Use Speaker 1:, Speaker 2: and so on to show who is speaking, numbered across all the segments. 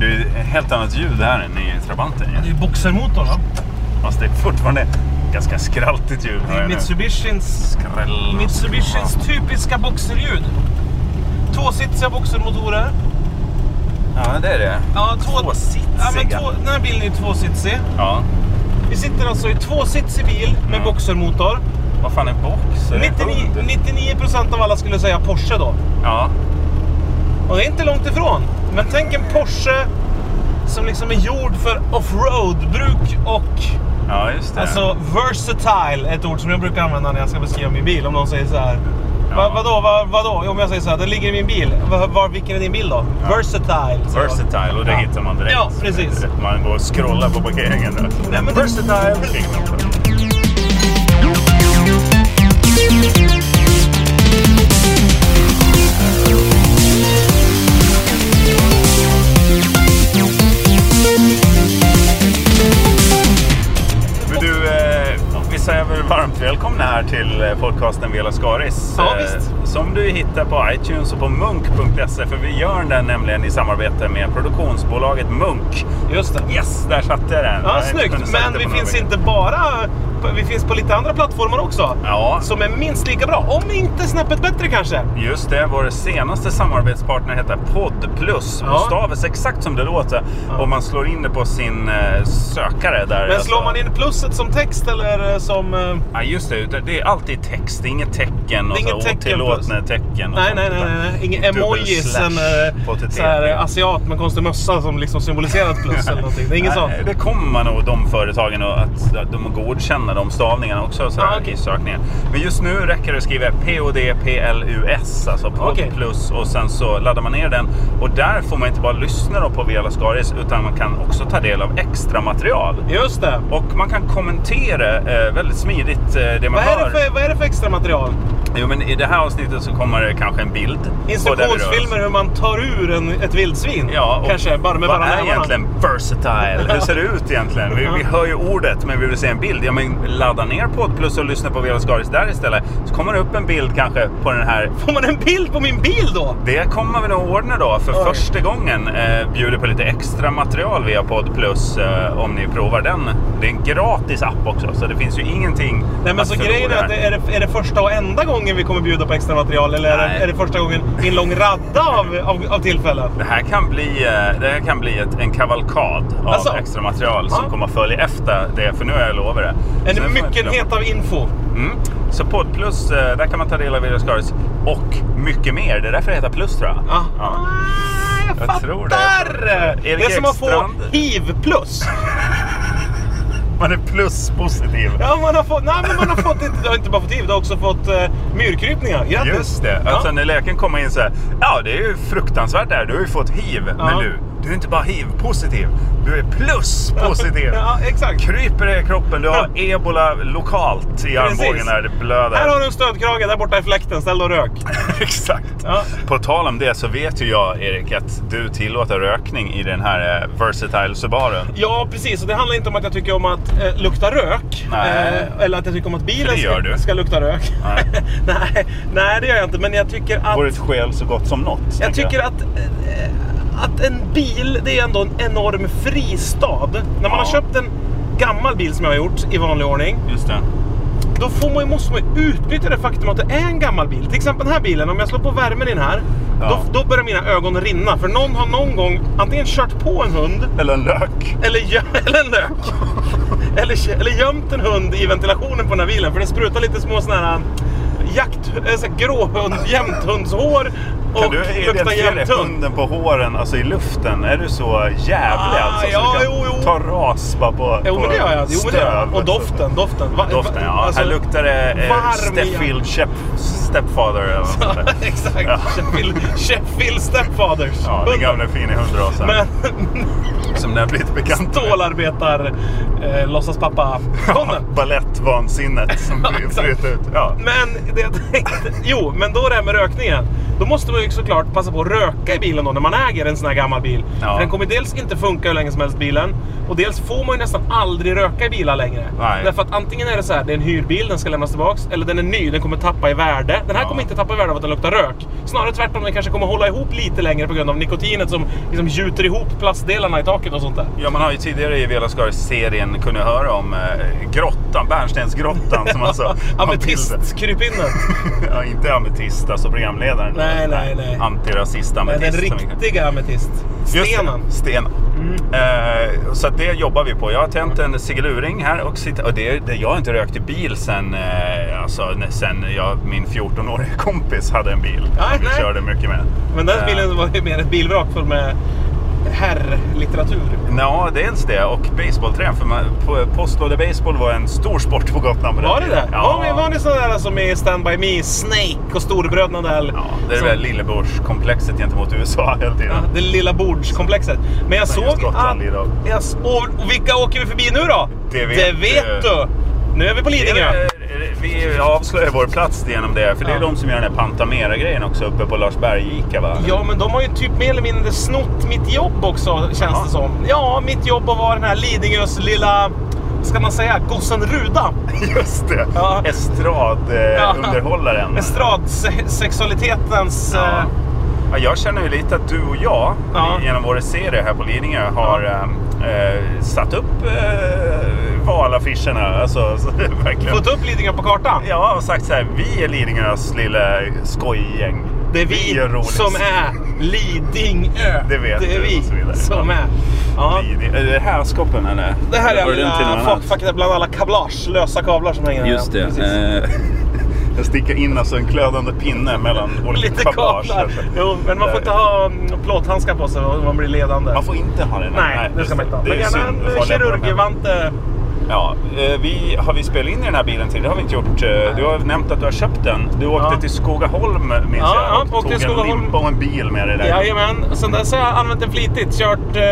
Speaker 1: Det är ett helt annat ljud här än i Trabanten
Speaker 2: Det är
Speaker 1: ju.
Speaker 2: ju boxermotorn va?
Speaker 1: Fast det är fortfarande ganska skraltigt ljud.
Speaker 2: Det är Mitsubishins,
Speaker 1: Skräll.
Speaker 2: Mitsubishins typiska boxerljud. Tvåsitsiga boxermotorer.
Speaker 1: Ja, det är det.
Speaker 2: Ja, två,
Speaker 1: Tvåsitsiga.
Speaker 2: Ja, men två, den här bilen är ju tvåsitsig.
Speaker 1: Ja.
Speaker 2: Vi sitter alltså i tvåsitsig bil med
Speaker 1: Mm.
Speaker 2: boxermotor.
Speaker 1: Vad fan är box? Är det en
Speaker 2: 99,
Speaker 1: hund?
Speaker 2: 99% av alla skulle säga Porsche då.
Speaker 1: Ja.
Speaker 2: Och det är inte långt ifrån. Men tänk en Porsche som liksom är gjord för offroad-bruk och
Speaker 1: ja, just det.
Speaker 2: Alltså versatile är ett ord som jag brukar använda när jag ska beskriva min bil. Om någon säger så här.
Speaker 1: Ja.
Speaker 2: Va, vadå, va, vadå? Om jag säger så här, den ligger i min bil. Va, var, vilken är din bil då?
Speaker 1: Ja.
Speaker 2: Versatile. säger jag.
Speaker 1: Versatile och det
Speaker 2: Ja.
Speaker 1: hittar man direkt.
Speaker 2: Ja, precis.
Speaker 1: Man går och scrollar på parkeringen där.
Speaker 2: Nej, men det-
Speaker 1: Versatile! Fick man på. Men du, eh, vi säger väl varmt välkomna här till eh, podcasten Vela Skaris.
Speaker 2: Ja,
Speaker 1: Eh,
Speaker 2: visst.
Speaker 1: Som du hittar på iTunes och på munk.se för vi gör den nämligen i samarbete med produktionsbolaget Munk.
Speaker 2: Just det.
Speaker 1: Yes, där satte jag den.
Speaker 2: Ja,
Speaker 1: Jag
Speaker 2: snyggt.
Speaker 1: kunde sätta det
Speaker 2: Men
Speaker 1: på
Speaker 2: vi
Speaker 1: några
Speaker 2: finns
Speaker 1: veckor.
Speaker 2: inte bara... Vi finns på lite andra plattformar också.
Speaker 1: Ja,
Speaker 2: Som är minst lika bra. Om inte snäppet bättre kanske.
Speaker 1: just det. Vår senaste samarbetspartner heter Podd Plus.
Speaker 2: Ja.
Speaker 1: Och stavas exakt som det låter
Speaker 2: Ja.
Speaker 1: om man slår in det på sin eh, sökare. Där
Speaker 2: Men
Speaker 1: alltså-
Speaker 2: slår man in plusset som text eller eh, som... eh,
Speaker 1: Ja, just det. utan Det är alltid text. Det är inget tecken och
Speaker 2: Det är
Speaker 1: så
Speaker 2: inget tecken
Speaker 1: otillåtna tecken. Och
Speaker 2: Nej,
Speaker 1: sånt,
Speaker 2: nej, nej,
Speaker 1: utan
Speaker 2: nej, nej. Inga
Speaker 1: dubbel
Speaker 2: emojis.
Speaker 1: slash
Speaker 2: En
Speaker 1: på
Speaker 2: eh,
Speaker 1: TT.
Speaker 2: så här, eh, asiat med konstig mössa som liksom symboliserar ett plus eller någonting. Det är inget
Speaker 1: Nej,
Speaker 2: sånt.
Speaker 1: Det kommer man nog de företagen och att att de godkänner de stavningarna också så
Speaker 2: Ah,
Speaker 1: här,
Speaker 2: okej.
Speaker 1: i sökningen. Men just nu räcker det att skriva PODPLUS, alltså podd
Speaker 2: Okej.
Speaker 1: plus och sen så laddar man ner den. Och där får man inte bara lyssna då på Vela Skaris utan man kan också ta del av extra material.
Speaker 2: Just det.
Speaker 1: Och man kan kommentera eh, väldigt smidigt eh, det man
Speaker 2: Vad
Speaker 1: hör.
Speaker 2: är, det för, vad är det för extra material?
Speaker 1: Jo, men i det här avsnittet så kommer det kanske en bild. på där vi rör oss.
Speaker 2: Instruktionsfilmer hur man tar ur en, ett vildsvin?
Speaker 1: Ja, och
Speaker 2: Kanske, bara med
Speaker 1: vad
Speaker 2: bara
Speaker 1: är
Speaker 2: nävarna.
Speaker 1: egentligen versatile? Hur ser det ut egentligen? Vi, vi hör ju ordet men vi vill se en bild. Ja, men ladda ner Podd Plus och lyssna på Vela Skaris där istället. Så kommer det upp en bild kanske på den här.
Speaker 2: Får man en bild på min bil då?
Speaker 1: Det kommer vi nog ordna då. För
Speaker 2: Oj.
Speaker 1: första gången eh, bjuder på lite extra material via Podd Plus eh, om ni provar den. Det är en gratis app också så det finns ju ingenting
Speaker 2: Nej men
Speaker 1: att
Speaker 2: så grejen är
Speaker 1: förlora.
Speaker 2: att det- är det, är det första och enda gången vi kommer bjuda på extra material eller är det,
Speaker 1: Nej.
Speaker 2: är det första gången i en lång radda av, av, av tillfällen?
Speaker 1: Det här kan bli, eh, det här kan bli ett, en kavalkad av
Speaker 2: Alltså?
Speaker 1: extra material som
Speaker 2: Ja.
Speaker 1: kommer att följa efter det, för nu har jag lovat det. Så nu
Speaker 2: En
Speaker 1: får man inte glömma.
Speaker 2: myckenhet av info.
Speaker 1: Mm. Så Podd Plus, eh, där kan man ta del av Video Scars och mycket mer. Det är därför det heter Plus tror jag.
Speaker 2: Ja.
Speaker 1: Ja.
Speaker 2: Ah, jag,
Speaker 1: Jag tror det.
Speaker 2: fattar! Det
Speaker 1: Erik
Speaker 2: är som att få
Speaker 1: Ekstrand.
Speaker 2: hiv plus.
Speaker 1: Man är plus-positiv.
Speaker 2: Ja, man har fått, nej, men man har fått inte, du har inte bara fått hiv, du har också fått eh, myrkrypningar. Grattis!
Speaker 1: Just det. Alltså när läkaren kommer in så här. Ja, det är ju fruktansvärt det här. Du har ju fått hiv.
Speaker 2: Ja.
Speaker 1: Men du, du är inte bara hiv-positiv. Du är plus-positiv.
Speaker 2: Ja, exakt.
Speaker 1: Kryper i kroppen. Du har ebola lokalt i armbågen när det blöder.
Speaker 2: Här har du en stödkrage där borta i fläkten, ställ dig och rök.
Speaker 1: Exakt.
Speaker 2: Ja.
Speaker 1: På tal om det så vet ju jag, Erik, att du tillåter rökning i den här eh, Versatile Subaren.
Speaker 2: Ja, precis. Och det handlar inte om att jag tycker om att eh, lukta rök.
Speaker 1: Nej.
Speaker 2: Eh, eller att jag tycker om att
Speaker 1: För
Speaker 2: bilen
Speaker 1: det gör
Speaker 2: ska,
Speaker 1: du.
Speaker 2: ska lukta rök.
Speaker 1: Nej.
Speaker 2: nej, nej, det gör jag inte. Men jag tycker att...
Speaker 1: Vore ett skäl så gott som något.
Speaker 2: Jag
Speaker 1: tänker
Speaker 2: tycker att, eh, att en bil, det är ändå en enorm fristad. När man
Speaker 1: Ja.
Speaker 2: har köpt en gammal bil som jag har gjort i vanlig ordning.
Speaker 1: Just det.
Speaker 2: Då får man, ju- måste man ju utnyttja det faktum att det är en gammal bil. Till exempel den här bilen, om jag slår på värmen i den här.
Speaker 1: Ja.
Speaker 2: Då, då börjar mina ögon rinna. För någon har någon gång antingen kört på en hund
Speaker 1: Eller en lök.
Speaker 2: eller, gö- eller en lök. eller, kö- eller gömt en hund i ventilationen på den här bilen. För det sprutar lite små sådana här jakt... eh, så här Gråhund, jämthundshår
Speaker 1: Kan
Speaker 2: och
Speaker 1: du
Speaker 2: luktar
Speaker 1: identifiera
Speaker 2: jämthund.
Speaker 1: hunden på håren, alltså i luften? Är du så jävlig
Speaker 2: Ah,
Speaker 1: alltså? Så
Speaker 2: ja,
Speaker 1: du kan
Speaker 2: jo, jo.
Speaker 1: ta ras bara på
Speaker 2: Jo, men det gör jag. Jo, men det gör jag.
Speaker 1: stöv.
Speaker 2: Och doften, doften. Va-
Speaker 1: Doften, ja.
Speaker 2: alltså-
Speaker 1: här luktar det eh,
Speaker 2: varm
Speaker 1: Stepfield Shep, Stepfather eller något sånt där.
Speaker 2: Exakt.
Speaker 1: Ja.
Speaker 2: Sheffield, Sheffield Stepfathers.
Speaker 1: Ja, den gamla fina hundrasen.
Speaker 2: Men
Speaker 1: Som den har blivit bekant med.
Speaker 2: stålarbetar eh, låtsaspappa
Speaker 1: Ja, Balettvansinnet som
Speaker 2: Ja, exakt.
Speaker 1: bryter ut. Ja.
Speaker 2: Men det jag tänkte, jo, men då det här med rökningen. Då måste man ju såklart passa på att röka i bilen då när man äger en sån här gammal bil.
Speaker 1: Ja.
Speaker 2: För den kommer dels inte funka hur länge som helst bilen. Och dels får man ju nästan aldrig röka i bilar längre.
Speaker 1: Nej.
Speaker 2: Därför att antingen är det så här, det är en hyrbil, den ska lämnas tillbaks. Eller den är ny, den kommer tappa i värde. Den här
Speaker 1: Ja.
Speaker 2: kommer inte tappa i värde av att den luktar rök. Snarare tvärtom, den kanske kommer hålla ihop lite längre på grund av nikotinet som liksom gjuter ihop plastdelarna i taket och sånt där.
Speaker 1: Ja, man har ju tidigare i Vela Skaris-serien kunnat höra om eh, grottan, Bärnstensgrottan som alltså... har bilder.
Speaker 2: Ametist-krypinnet.
Speaker 1: ja, inte ametist, alltså programledaren.
Speaker 2: Nej, nej, nej. Nej,
Speaker 1: Antirasist-ametist.
Speaker 2: Den
Speaker 1: som vi-
Speaker 2: riktiga
Speaker 1: Just det,
Speaker 2: ametist-stenen.
Speaker 1: Stenen.
Speaker 2: Mm.
Speaker 1: Eh, så att det jobbar vi på. Jag har tänt en cigaluring här och, sitter, och det, det, jag har inte rökt i bil sen, eh, alltså, n- sen jag, min 14-åriga kompis hade en bil.
Speaker 2: Ja,
Speaker 1: som vi
Speaker 2: nej.
Speaker 1: körde mycket med.
Speaker 2: Men den
Speaker 1: Eh,
Speaker 2: bilen var ju mer ett bilvrak full med herrlitteratur.
Speaker 1: Ja, dels det och baseballträn. För man, po- postlåde baseball var en stor sport på Gotland på den
Speaker 2: Var det
Speaker 1: tiden.
Speaker 2: det?
Speaker 1: Ja.
Speaker 2: Var, ni- var ni sådana där som i Stand By Me, Snake och Storebröderna där?
Speaker 1: ja, det är
Speaker 2: som-
Speaker 1: väl lillebrors-komplexet gentemot USA hela tiden.
Speaker 2: Ja, det lilla bordskomplexet. Men jag
Speaker 1: Som
Speaker 2: såg
Speaker 1: just Gotland
Speaker 2: att-
Speaker 1: idag.
Speaker 2: Jag, s- och, och vilka åker vi förbi nu då?
Speaker 1: Det vet du.
Speaker 2: du! Nu är vi på Lidingö.
Speaker 1: eh, Vi avslöjar vår plats genom det, för det är
Speaker 2: Ja.
Speaker 1: de som gör den här Pantamera-grejen också uppe på Larsberg Ica va?
Speaker 2: Ja, men de har ju typ mer eller mindre snott mitt jobb också, känns
Speaker 1: Jaha.
Speaker 2: det som. Ja, mitt jobb att vara den här Lidingös lilla, vad ska man säga, gossen Ruda.
Speaker 1: Just det!
Speaker 2: Ja. Ja.
Speaker 1: Estradunderhållaren.
Speaker 2: Estradsexualitetens...
Speaker 1: Mm. Ja.
Speaker 2: eh,
Speaker 1: Ja, jag känner ju lite att du och jag
Speaker 2: Ja.
Speaker 1: genom vår serie här på Lidingö har eh, eh, satt upp eh, valaffischerna. Alltså, så, verkligen.
Speaker 2: Fått upp Lidingö på kartan.
Speaker 1: Ja, och sagt så här, vi är Lidingös lilla skojgäng.
Speaker 2: Det är vi
Speaker 1: gör roligt.
Speaker 2: som är Lidingö.
Speaker 1: Det vet
Speaker 2: Det är
Speaker 1: du,
Speaker 2: vi
Speaker 1: och så vidare.
Speaker 2: som är. Ja.
Speaker 1: Lidingö. Är det här skoppen eller?
Speaker 2: Det här är
Speaker 1: Var det till någon
Speaker 2: lilla
Speaker 1: annan?
Speaker 2: fackfacket bland alla kablage, lösa kablar som hänger här.
Speaker 1: Just det.
Speaker 2: Ja, precis.
Speaker 1: Eh, jag stickar in alltså en klödande pinne mellan olika
Speaker 2: Lite
Speaker 1: kablage.
Speaker 2: kablar. Jo, men man får inte ha mm, plåthandskar på sig om man blir ledande.
Speaker 1: Man får inte ha det.
Speaker 2: Nej, det ska man inte ha. Men gärna en eh, kirurgvante.
Speaker 1: Ja, eh, vi, har vi spelat in i den här bilen till? Det har vi inte gjort. Eh, Du har nämnt att du har köpt den. Du åkte
Speaker 2: Ja.
Speaker 1: till Skogaholm minns
Speaker 2: Ja, ja,
Speaker 1: jag. Och tog
Speaker 2: åkte till Skogaholm.
Speaker 1: en limpa och en bil med dig där.
Speaker 2: Jajamän. Sen dess har jag använt den flitigt. Kört eh,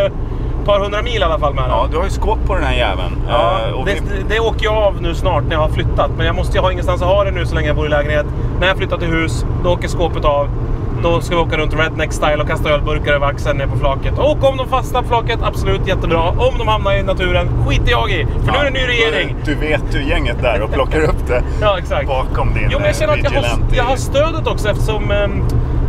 Speaker 2: ett par hundra mil i alla fall med den.
Speaker 1: Ja, du har ju skåp på den här jäveln. Eh,
Speaker 2: Ja,
Speaker 1: och
Speaker 2: det,
Speaker 1: vi-
Speaker 2: det åker jag av nu snart när jag har flyttat. Men jag måste ju ha ingenstans att ha det nu så länge jag bor i lägenhet. När jag flyttar till hus, då åker skåpet av. Då ska vi åka runt redneck style och kasta ölburkar över axeln ner på flaket. Och om de fastnar på flaket, absolut jättebra. Om de hamnar i naturen, skiter jag i. För nu är det en ny regering.
Speaker 1: Du vet du gänget där och plockar upp det
Speaker 2: Ja, exakt.
Speaker 1: bakom din eh,
Speaker 2: Jo, men jag känner att jag har,
Speaker 1: vigilante.
Speaker 2: jag har stödet också eftersom ehm,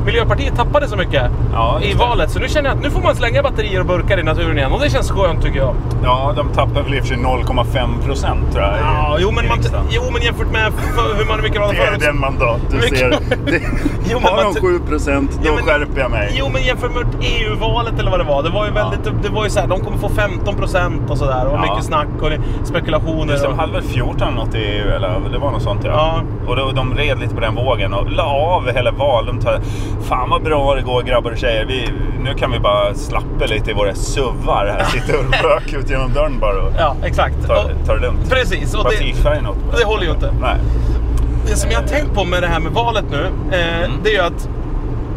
Speaker 2: Miljöpartiet tappade så mycket
Speaker 1: Ja,
Speaker 2: i
Speaker 1: just det.
Speaker 2: valet. Så nu känner jag att nu får man slänga batterier och burkar i naturen igen. Och det känns skönt tycker jag.
Speaker 1: Ja, de tappar väl i och för sig 0,5 procent tror jag. i-
Speaker 2: Ja, jo, men
Speaker 1: i
Speaker 2: man,
Speaker 1: riksdagen.
Speaker 2: jo, men jämfört med för, hur man mycket man
Speaker 1: Det är den mandat du
Speaker 2: Mycket-
Speaker 1: ser. Det,
Speaker 2: Jo, men
Speaker 1: har
Speaker 2: man-
Speaker 1: de 7 procent, då
Speaker 2: Jo, men-
Speaker 1: skärper jag mig.
Speaker 2: Jo, men jämfört med EU-valet eller vad det var. Det var ju
Speaker 1: Ja.
Speaker 2: väldigt... Det var ju så här, de kommer få 15 procent och sådär. Och
Speaker 1: Ja.
Speaker 2: mycket snack och det- spekulationer.
Speaker 1: Just det,
Speaker 2: och,
Speaker 1: de hade väl 14 något i EU eller det var något sånt ja.
Speaker 2: Ja.
Speaker 1: Och då, de red lite på den vågen och la av hela val. De tar, Fan vad bra det går grabbar och tjejer. Vi, nu kan vi bara slappa lite i våra suvar här. Sitta och röka ut genom dörren bara och
Speaker 2: ja, exakt.
Speaker 1: ta,
Speaker 2: Och-
Speaker 1: ta det lugnt.
Speaker 2: Precis. Och det,
Speaker 1: Partifärgen åt
Speaker 2: det håller ju inte.
Speaker 1: Nej.
Speaker 2: det som jag har tänkt på med det här med valet nu, eh,
Speaker 1: Mm.
Speaker 2: det är ju att...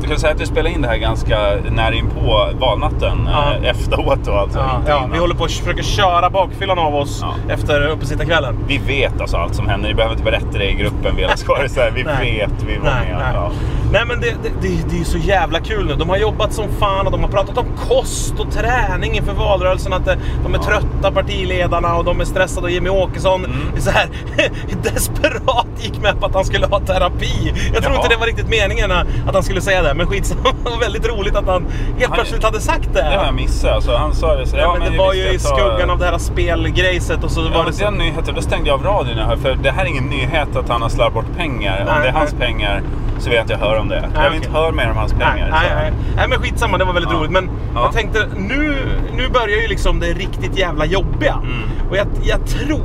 Speaker 1: Du kan säga att du spelar in det här ganska nära inpå valnatten.
Speaker 2: Ja.
Speaker 1: eh, Efteråt då alltså.
Speaker 2: Ja,
Speaker 1: inte innan.
Speaker 2: vi håller på att försöka köra bakfyllan av oss
Speaker 1: Ja.
Speaker 2: efter uppesittarkvällen.
Speaker 1: Vi vet alltså allt som händer. Ni behöver inte berätta det i gruppen. Vi, alla skådisar. så här, vi vet, vi var
Speaker 2: nej,
Speaker 1: med.
Speaker 2: Nej.
Speaker 1: Ja.
Speaker 2: nej men det, det, det, det är så jävla kul nu. De har jobbat som fan och de har pratat om kost och träning inför valrörelsen. Att eh, de är trötta partiledarna och de är stressade och Jimmy Åkesson är så här desperat gick med på att han skulle ha terapi. Jag tror
Speaker 1: Jaha.
Speaker 2: inte det var riktigt meningen eh, att han skulle säga det, men skitsamma. Det var väldigt roligt att han helt
Speaker 1: Han-
Speaker 2: plötsligt hade sagt det.
Speaker 1: Det har jag missat. Alltså, han sa det så.
Speaker 2: Ja, men det var ju i skuggan av
Speaker 1: det.
Speaker 2: det här spelgrejset och så
Speaker 1: Ja,
Speaker 2: var det
Speaker 1: men
Speaker 2: så...
Speaker 1: den nyheten, då stängde jag av radion. här, För det här är ingen nyhet att han har slarvat bort pengar. om
Speaker 2: Nej,
Speaker 1: det är hans
Speaker 2: nej.
Speaker 1: pengar så vet jag att jag hör om det. jag vill
Speaker 2: okej.
Speaker 1: inte höra mer om hans pengar.
Speaker 2: Nej, nej,
Speaker 1: så.
Speaker 2: nej. nej men skitsamma, det var väldigt
Speaker 1: Ja.
Speaker 2: roligt. Men
Speaker 1: Ja.
Speaker 2: jag tänkte, nu, nu börjar ju liksom det riktigt jävla jobbiga.
Speaker 1: Mm.
Speaker 2: Och jag, jag tror,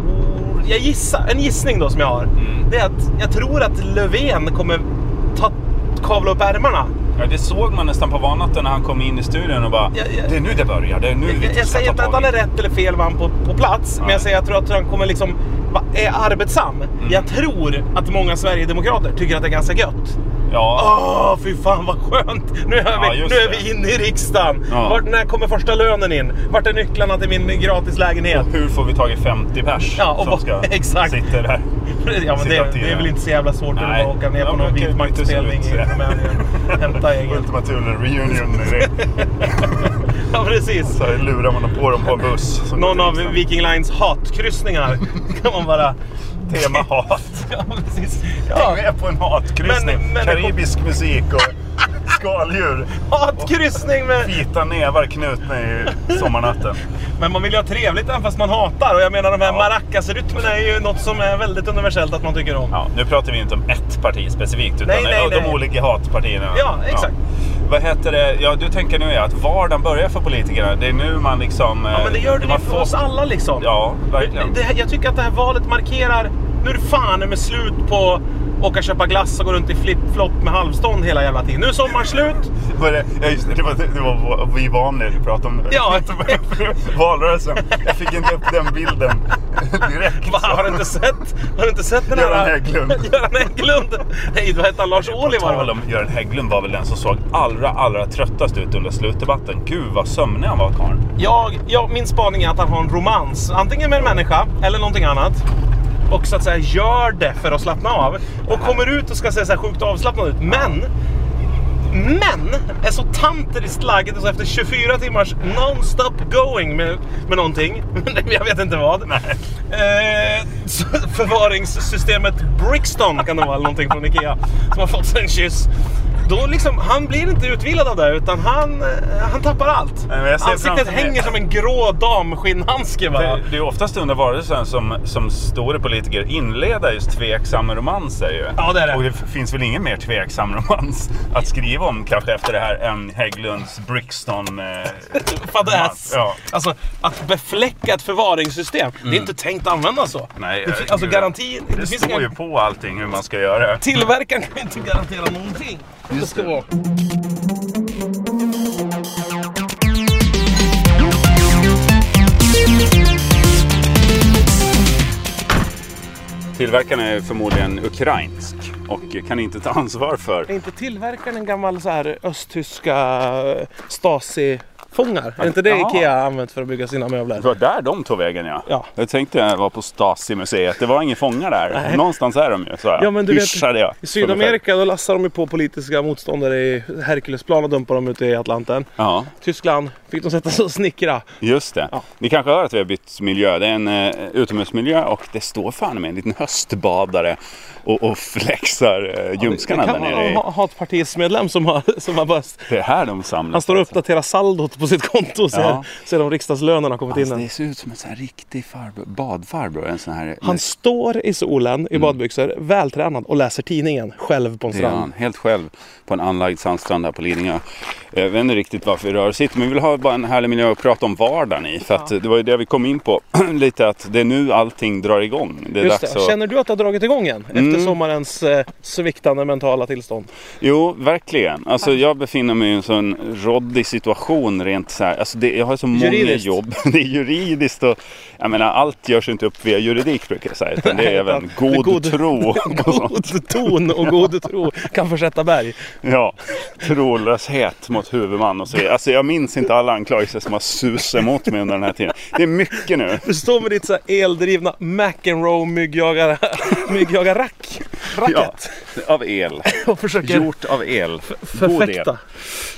Speaker 2: jag gissar, en gissning då som jag har.
Speaker 1: Mm.
Speaker 2: Det är att jag tror att Löfven kommer ta, kavla upp ärmarna.
Speaker 1: Ja, det såg man nästan på valnatten när han kom in i studion och bara.
Speaker 2: Ja, ja.
Speaker 1: Det är nu det börjar. Det är nu vi
Speaker 2: Jag,
Speaker 1: ska
Speaker 2: jag säger
Speaker 1: ta
Speaker 2: inte att
Speaker 1: tag
Speaker 2: han
Speaker 1: i
Speaker 2: är rätt eller fel man på, på plats. Men
Speaker 1: Nej. Mm.
Speaker 2: jag säger jag tror att han kommer liksom va- är arbetsam. Jag tror att många Sverigedemokrater tycker att det är ganska gött.
Speaker 1: Ja.
Speaker 2: Åh, fy fan vad skönt! Nu är vi,
Speaker 1: Ja, just
Speaker 2: nu är
Speaker 1: det.
Speaker 2: vi inne i riksdagen.
Speaker 1: Ja.
Speaker 2: Vart, när kommer första lönen in? Vart är nycklarna till min gratislägenhet?
Speaker 1: Hur får vi tag i 50 pers
Speaker 2: Ja, och
Speaker 1: som
Speaker 2: vad-
Speaker 1: ska
Speaker 2: exakt.
Speaker 1: sitta där?
Speaker 2: Ja, men det,
Speaker 1: Sitta till
Speaker 2: det är
Speaker 1: det.
Speaker 2: väl inte så jävla svårt att
Speaker 1: Nej.
Speaker 2: bara åka ner
Speaker 1: Ja,
Speaker 2: på
Speaker 1: men
Speaker 2: någon
Speaker 1: okej,
Speaker 2: vit maktspelning i
Speaker 1: byter ut.
Speaker 2: Rumänien. Hämta gänget.
Speaker 1: Ultima Thule reunion med det.
Speaker 2: Ja, precis.
Speaker 1: Så här lurar man på dem på en buss. som
Speaker 2: Någon
Speaker 1: går liksom
Speaker 2: av
Speaker 1: till riksdagen.
Speaker 2: Viking Lines hatkryssningar kan man bara...
Speaker 1: Tema hat.
Speaker 2: Ja, precis.
Speaker 1: Häng
Speaker 2: Ja,
Speaker 1: med på en hatkryssning.
Speaker 2: Men- men-
Speaker 1: Karibisk musik och skaldjur.
Speaker 2: hatkryssning med...
Speaker 1: Vita nävar knutna i sommarnatten.
Speaker 2: Men man vill ju ha trevligt även fast man hatar. Och jag menar de här maracasrytmerna är ju något som är väldigt universellt att man tycker om.
Speaker 1: Ja, nu pratar vi inte om ett parti specifikt utan
Speaker 2: Nej, nej,
Speaker 1: de
Speaker 2: nej.
Speaker 1: olika hatpartierna.
Speaker 2: Ja, exakt.
Speaker 1: Vad heter det? Ja, du tänker nu är att vardagen börjar för politikerna. Det är nu man liksom...
Speaker 2: Ja, men det gör det ju
Speaker 1: man
Speaker 2: för oss alla liksom.
Speaker 1: Ja, verkligen.
Speaker 2: Det, här- jag tycker att det här valet markerar... Nu är det fan med slut på att åka och köpa glass och gå runt i flip-flop med halvstånd hela jävla tiden. Nu är sommaren slut.
Speaker 1: Var det, ja, just det, det, var, det var vi var när du pratade om det.
Speaker 2: Ja.
Speaker 1: Valrörelsen. Jag fick inte upp den bilden direkt.
Speaker 2: Va, har, du inte sett, har du inte sett den
Speaker 1: Göran
Speaker 2: här...
Speaker 1: Hägglund.
Speaker 2: Göran Hägglund. Nej, vad hette han? Lars Ohly
Speaker 1: På
Speaker 2: var
Speaker 1: tal
Speaker 2: det
Speaker 1: om Göran Hägglund var väl den som såg allra, allra tröttast ut under slutdebatten. Gud vad sömnig han var karln.
Speaker 2: jag, jag, Min spaning är att han har en romans. Antingen med en människa eller någonting annat. Och så att säga gör det för att slappna av. Och kommer ut och ska se så här sjukt avslappnad ut. Men! Men! Är så tanteriskt lagd och så efter 24 timmars non-stop going med, med någonting. jag vet inte vad. Eh, så förvaringssystemet Brixton kan det vara, eller någonting från Ikea. Som har fått sig en kyss. Då liksom, han blir inte utvilad av det utan han, eh, han tappar allt.
Speaker 1: Nej, men jag ser
Speaker 2: Ansiktet
Speaker 1: framför mig-
Speaker 2: hänger som en grå damskinnhandske bara.
Speaker 1: Det, det är oftast under varelsen som, som stora politiker inleder just tveksamma romanser ju.
Speaker 2: Ja, det är det.
Speaker 1: Och det f- finns väl ingen mer tveksam romans att skriva om kanske efter det här än Hägglunds Brixton. Eh,
Speaker 2: Fadäs.
Speaker 1: Ja. Mm.
Speaker 2: Alltså, att befläcka ett förvaringssystem. Det är inte tänkt att använda så.
Speaker 1: Nej,
Speaker 2: det,
Speaker 1: eh,
Speaker 2: fi- alltså
Speaker 1: gud.
Speaker 2: garantin...
Speaker 1: Det, står ju på allting hur man ska göra.
Speaker 2: Tillverkaren kan ju inte garantera någonting. det ska
Speaker 1: det.
Speaker 2: vara.
Speaker 1: Tillverkaren är förmodligen ukrainsk och kan inte ta ansvar för
Speaker 2: Är inte tillverkaren en gammal så här östtyska eh, Stasi-fångar? Är inte det
Speaker 1: Jaha.
Speaker 2: Ikea har använt för att bygga sina möbler?
Speaker 1: Det var där de tog vägen ja.
Speaker 2: Ja.
Speaker 1: Jag tänkte jag var på Stasi-museet. Det var ingen fångar där.
Speaker 2: Nej.
Speaker 1: Någonstans är de ju, sa jag.
Speaker 2: Ja, men du vet,
Speaker 1: Hyschade jag.
Speaker 2: I Sydamerika då lassar de ju på politiska motståndare i Herkulesplan och dumpar dem ute i Atlanten.
Speaker 1: Ja,
Speaker 2: Tyskland fick de sätta sig och snickra.
Speaker 1: just det.
Speaker 2: Ja.
Speaker 1: Ni kanske hör att vi har bytt miljö. Det är en eh, utomhusmiljö och det står fan med en liten höstbadare och, och flexar eh, ljumskarna
Speaker 2: det
Speaker 1: där
Speaker 2: kan vara
Speaker 1: nere.
Speaker 2: någon
Speaker 1: i-
Speaker 2: ha- hatpartismedlem som har, som har bara...
Speaker 1: Det är här de samlas. Alltså,
Speaker 2: Han står och uppdaterar saldot på sitt konto och ser,
Speaker 1: Ja.
Speaker 2: ser om riksdagslönen har kommit
Speaker 1: Alltså,
Speaker 2: in. än.
Speaker 1: det ser ut som en sån här riktig farbror, badfarbror. En sån här,
Speaker 2: Han står i solen
Speaker 1: Mm.
Speaker 2: i badbyxor, vältränad och läser tidningen själv på en
Speaker 1: Det är
Speaker 2: strand.
Speaker 1: han, helt själv på en anlagd sandstrand här på Lidingö. Eh, Jag vet inte riktigt varför vi rör oss hit, men vi vill ha bara en härlig miljö att prata om vardagen i. För att det var ju det vi kom in på lite, att det är nu allting drar igång. Det är
Speaker 2: Just
Speaker 1: dags
Speaker 2: det.
Speaker 1: att... Mm.
Speaker 2: Känner du att det har dragit igång igen efter sommarens eh, sviktande mentala tillstånd?
Speaker 1: Jo, verkligen. Alltså jag befinner mig i en sån råddig situation rent så här. Alltså det, jag har så många
Speaker 2: Juridiskt.
Speaker 1: jobb. Det är juridiskt och jag menar allt görs ju inte upp via juridik brukar jag säga. Utan det är även
Speaker 2: utan det är
Speaker 1: god,
Speaker 2: god-
Speaker 1: tro. och sånt.
Speaker 2: God ton och god tro kan försätta berg.
Speaker 1: Ja, trolöshet mot huvudman och så vidare. Alltså jag minns inte alla anklagelser som har susat mot mig under den här tiden. Det är mycket nu.
Speaker 2: Du står med ditt så här eldrivna McEnroe myggjagarrack
Speaker 1: Ja,
Speaker 2: racket
Speaker 1: av el.
Speaker 2: och försöker
Speaker 1: Gjort av el. God el.
Speaker 2: förfäkta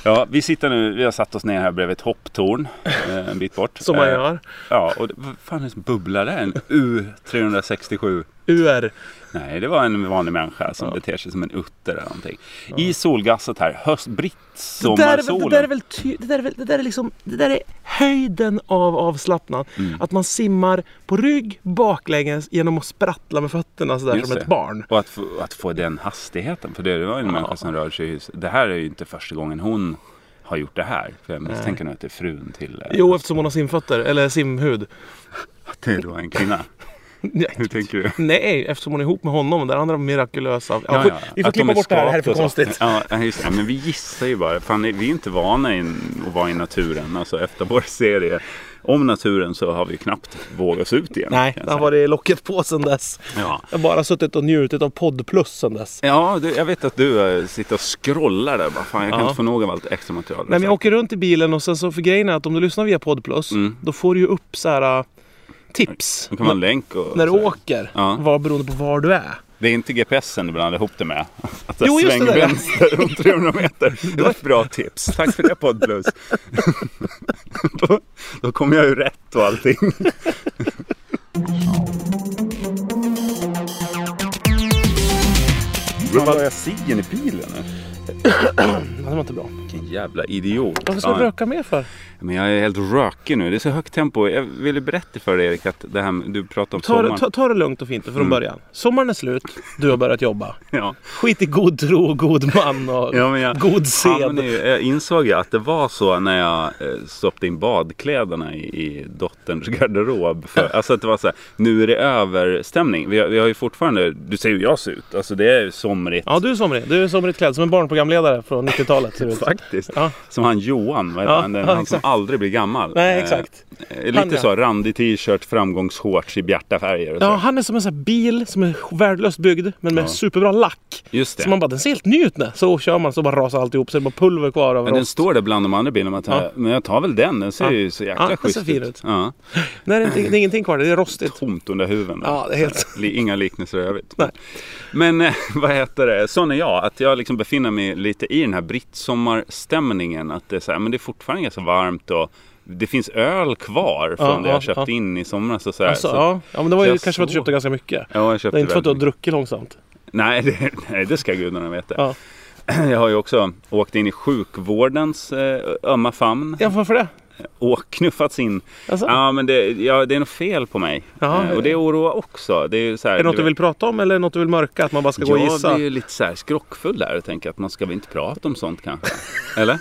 Speaker 1: Ja, vi sitter nu, vi har satt oss ner här bredvid ett hopptorn eh, en bit bort.
Speaker 2: som man
Speaker 1: Eh,
Speaker 2: gör.
Speaker 1: Ja, och det- vad fan är det som bubblar där? En U367?
Speaker 2: UR.
Speaker 1: Nej, det var en vanlig människa som beter sig som en utter eller någonting. I solgasset här, höst,
Speaker 2: Det där, är väl, det, där är
Speaker 1: brittsommarsolen.
Speaker 2: väl ty, det, där är väl, det där är liksom det där är höjden av avslappnad.
Speaker 1: Mm.
Speaker 2: Att man simmar på rygg baklänges genom att sprattla med fötterna sådär
Speaker 1: Just
Speaker 2: som
Speaker 1: det.
Speaker 2: ett barn.
Speaker 1: Och att få, att få den hastigheten. För det var ju en människa som rörde sig i huset. Det här är ju inte första gången hon har gjort det här. För jag misstänker nog att det är frun till... eh,
Speaker 2: Jo, eftersom hon har simfötter, eller simhud.
Speaker 1: Att det då är en kvinna. Hur tänker du?
Speaker 2: Nej, eftersom hon är ihop med honom. Det andra mirakulösa. Ja,
Speaker 1: Ja,
Speaker 2: vi-
Speaker 1: ja.
Speaker 2: Vi får
Speaker 1: Att de
Speaker 2: klippa
Speaker 1: är
Speaker 2: bort det här, det här är
Speaker 1: skapta
Speaker 2: för
Speaker 1: och så.
Speaker 2: konstigt.
Speaker 1: Ja, just det. Men vi gissar ju bara. Fan, vi är inte vana i, att vara i naturen. Alltså efter vår serie om naturen så har vi knappt vågat oss ut igen.
Speaker 2: Nej,
Speaker 1: kan jag
Speaker 2: det har
Speaker 1: säga.
Speaker 2: varit locket på sedan dess.
Speaker 1: Ja.
Speaker 2: Jag har bara suttit och njutit av podd plus sedan dess.
Speaker 1: Ja, du, jag vet att du eh, sitter och scrollar där. Bara, fan, jag kan
Speaker 2: Ja.
Speaker 1: inte få nog av allt extra material.
Speaker 2: Nej, men jag åker runt i bilen och sen så för grejen är att om du lyssnar via podd plus
Speaker 1: Mm.
Speaker 2: då får du ju upp så här äh, tips.
Speaker 1: Då kan man ha länk och...
Speaker 2: när du
Speaker 1: så här.
Speaker 2: åker,
Speaker 1: Ja.
Speaker 2: var, beroende på var du är.
Speaker 1: Det är inte GPSen du blandar ihop det med. Att jag
Speaker 2: Jo, just det
Speaker 1: sväng
Speaker 2: där.
Speaker 1: vänster runt 300 meter. Det var ett bra tips. Tack för det Poddplus. då, då kommer jag ju rätt och allting. Men vad jag siggen i pilen nu?
Speaker 2: Det var inte bra.
Speaker 1: Vilken jävla idiot.
Speaker 2: Varför ska
Speaker 1: Fan.
Speaker 2: du röka mer för?
Speaker 1: Men jag är helt rökig nu. Det är så högt tempo. Jag ville berätta för dig Erik att det här med, du pratade om
Speaker 2: Ta,
Speaker 1: sommaren.
Speaker 2: ta, ta det lugnt och fint från
Speaker 1: Mm.
Speaker 2: början. Sommaren är slut, du har börjat jobba.
Speaker 1: Ja.
Speaker 2: Skit i god tro och god man och
Speaker 1: Ja, men jag,
Speaker 2: god
Speaker 1: Ja,
Speaker 2: sed.
Speaker 1: men det- jag insåg ju att det var så när jag eh, stoppade in badkläderna i, i dotterns garderob. För, alltså att det var så här, nu är det överstämning. Vi har, vi har ju fortfarande, du ser ju hur jag ser ut. Alltså det är ju somrigt.
Speaker 2: Ja, du är somrig. Du är somrigt klädd som en barnprogramledare från 90-talet. Ser du ut.
Speaker 1: Faktiskt.
Speaker 2: Ja.
Speaker 1: Som han Johan, vad heter
Speaker 2: Ja,
Speaker 1: han, den,
Speaker 2: ja,
Speaker 1: han som
Speaker 2: exakt.
Speaker 1: aldrig blir gammal.
Speaker 2: Nej,
Speaker 1: Eh,
Speaker 2: exakt.
Speaker 1: eh, lite
Speaker 2: Han, ja.
Speaker 1: så, randig t-shirt, framgångsshorts i bjärta färger. Och så.
Speaker 2: Ja, han är som en sån här bil som är värdelöst byggd men med superbra lack.
Speaker 1: Just det.
Speaker 2: Så man bara, den ser helt ny ut nu. Så kör man så bara rasar alltihop så är det bara pulver kvar över
Speaker 1: Men den
Speaker 2: oss.
Speaker 1: står där bland de andra bilarna. Man tar,
Speaker 2: Ja.
Speaker 1: Men jag tar väl den, den ser
Speaker 2: Ja.
Speaker 1: ju så jäkla
Speaker 2: Ja, den ser
Speaker 1: schysst
Speaker 2: fin
Speaker 1: ut.
Speaker 2: ut.
Speaker 1: Ja.
Speaker 2: Nej, det är, inte, det är ingenting kvar, det är rostigt.
Speaker 1: Tomt under huven. där.
Speaker 2: Ja, det är helt...
Speaker 1: Li- Inga liknelser i övrigt.
Speaker 2: Nej.
Speaker 1: Men eh, vad heter det, sån är jag. Att jag liksom befinner mig lite i den här brittsommarstämningen. Att det är så här, men det är fortfarande ganska varmt och det finns öl kvar från
Speaker 2: Ja,
Speaker 1: det jag
Speaker 2: ja,
Speaker 1: köpte
Speaker 2: ja.
Speaker 1: in i somras. Och så här,
Speaker 2: Alltså,
Speaker 1: så,
Speaker 2: ja. ja, men det var ju
Speaker 1: jag
Speaker 2: kanske för att du
Speaker 1: såg-
Speaker 2: köpte ganska mycket.
Speaker 1: ja, jag
Speaker 2: Det
Speaker 1: köpte
Speaker 2: är inte för att du har
Speaker 1: väldigt
Speaker 2: druckit långsamt.
Speaker 1: Nej, det, nej, det ska gudarna veta.
Speaker 2: Ja.
Speaker 1: Jag har ju också åkt in i sjukvårdens eh, ömma famn.
Speaker 2: Ja, varför det?
Speaker 1: Och knuffats in.
Speaker 2: Alltså,
Speaker 1: Ja, men det, ja, det är något fel på mig.
Speaker 2: Jaha.
Speaker 1: Eh, och det oroar också. Det är, ju så här,
Speaker 2: Är det något du
Speaker 1: vet-
Speaker 2: vill prata om eller är det något du vill mörka? Att man bara ska gå och
Speaker 1: Jag
Speaker 2: gissa?
Speaker 1: blir ju lite så här skrockfull där och tänker att man ska väl inte prata om sånt kanske. Eller?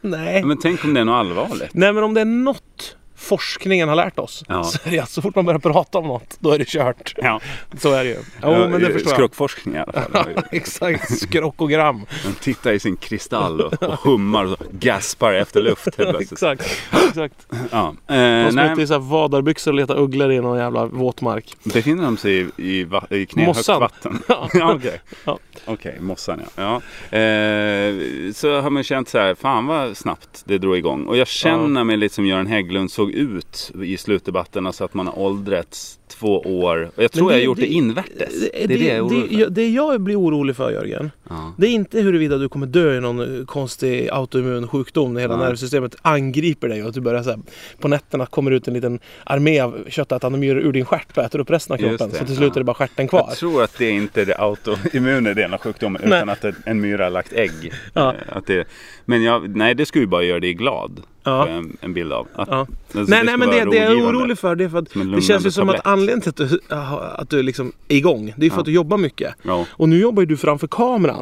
Speaker 2: Nej.
Speaker 1: Men tänk om det är något allvarligt.
Speaker 2: Nej, men om det är något forskningen har lärt oss
Speaker 1: Ja.
Speaker 2: så är det att så fort man börjar prata om något, då är det kört.
Speaker 1: Ja,
Speaker 2: Så är det ju. Jo, men
Speaker 1: eh,
Speaker 2: det förstår jag.
Speaker 1: Skrockforskning i alla fall.
Speaker 2: Exakt, skrokogram.
Speaker 1: Man tittar i sin kristall och, och hummar och så gaspar efter luft helt plötsligt.
Speaker 2: Exakt. exakt.
Speaker 1: Ja. Eh,
Speaker 2: De som är ute
Speaker 1: Alltså. nej,
Speaker 2: i så här vadarbyxor och letar ugglor i någon jävla våtmark.
Speaker 1: befinner de sig i, i, va- i knähögt
Speaker 2: Mossan.
Speaker 1: vatten?
Speaker 2: Ja.
Speaker 1: Ja, Okej,
Speaker 2: Ja.
Speaker 1: Okej, mossan ja. ja. Eh, så har man känt så här, fan vad snabbt det drog igång. Och jag känner mig lite som Göran Hägglund såg ut i slutdebatten. Alltså att man har åldrats två år. Och jag tror
Speaker 2: det-
Speaker 1: jag har gjort det,
Speaker 2: det-
Speaker 1: invärtes. Det, är det jag är orolig för.
Speaker 2: det, det jag blir orolig för Jörgen,
Speaker 1: Ja.
Speaker 2: det är inte huruvida du kommer dö i någon eh, konstig autoimmun sjukdom när hela
Speaker 1: Nej.
Speaker 2: nervsystemet angriper dig och att du börjar så här, på nätterna kommer ut en liten armé av köttätande myror ur din stjärt och äter upp resten av
Speaker 1: Just
Speaker 2: kroppen.
Speaker 1: det,
Speaker 2: Så till slut
Speaker 1: ja.
Speaker 2: är det bara stjärten kvar.
Speaker 1: Jag tror att det inte är det autoimmuna delen av sjukdomen
Speaker 2: Nej.
Speaker 1: utan att en- en myra har lagt ägg.
Speaker 2: Ja.
Speaker 1: Eh, Att det, men jag, nej, det skulle ju bara göra dig glad.
Speaker 2: Ja.
Speaker 1: får jag En, en bild av. Att,
Speaker 2: Ja.
Speaker 1: alltså,
Speaker 2: nej,
Speaker 1: skulle
Speaker 2: nej, men
Speaker 1: vara
Speaker 2: det, det jag är
Speaker 1: rådgivande.
Speaker 2: orolig för det är för att
Speaker 1: Som en
Speaker 2: det känns ju
Speaker 1: lugnande
Speaker 2: som
Speaker 1: tablett.
Speaker 2: att anledningen till att du, aha, att du liksom är igång, det är för att du jobbar mycket.
Speaker 1: Ja. Mm.
Speaker 2: Och nu jobbar ju du framför kameran.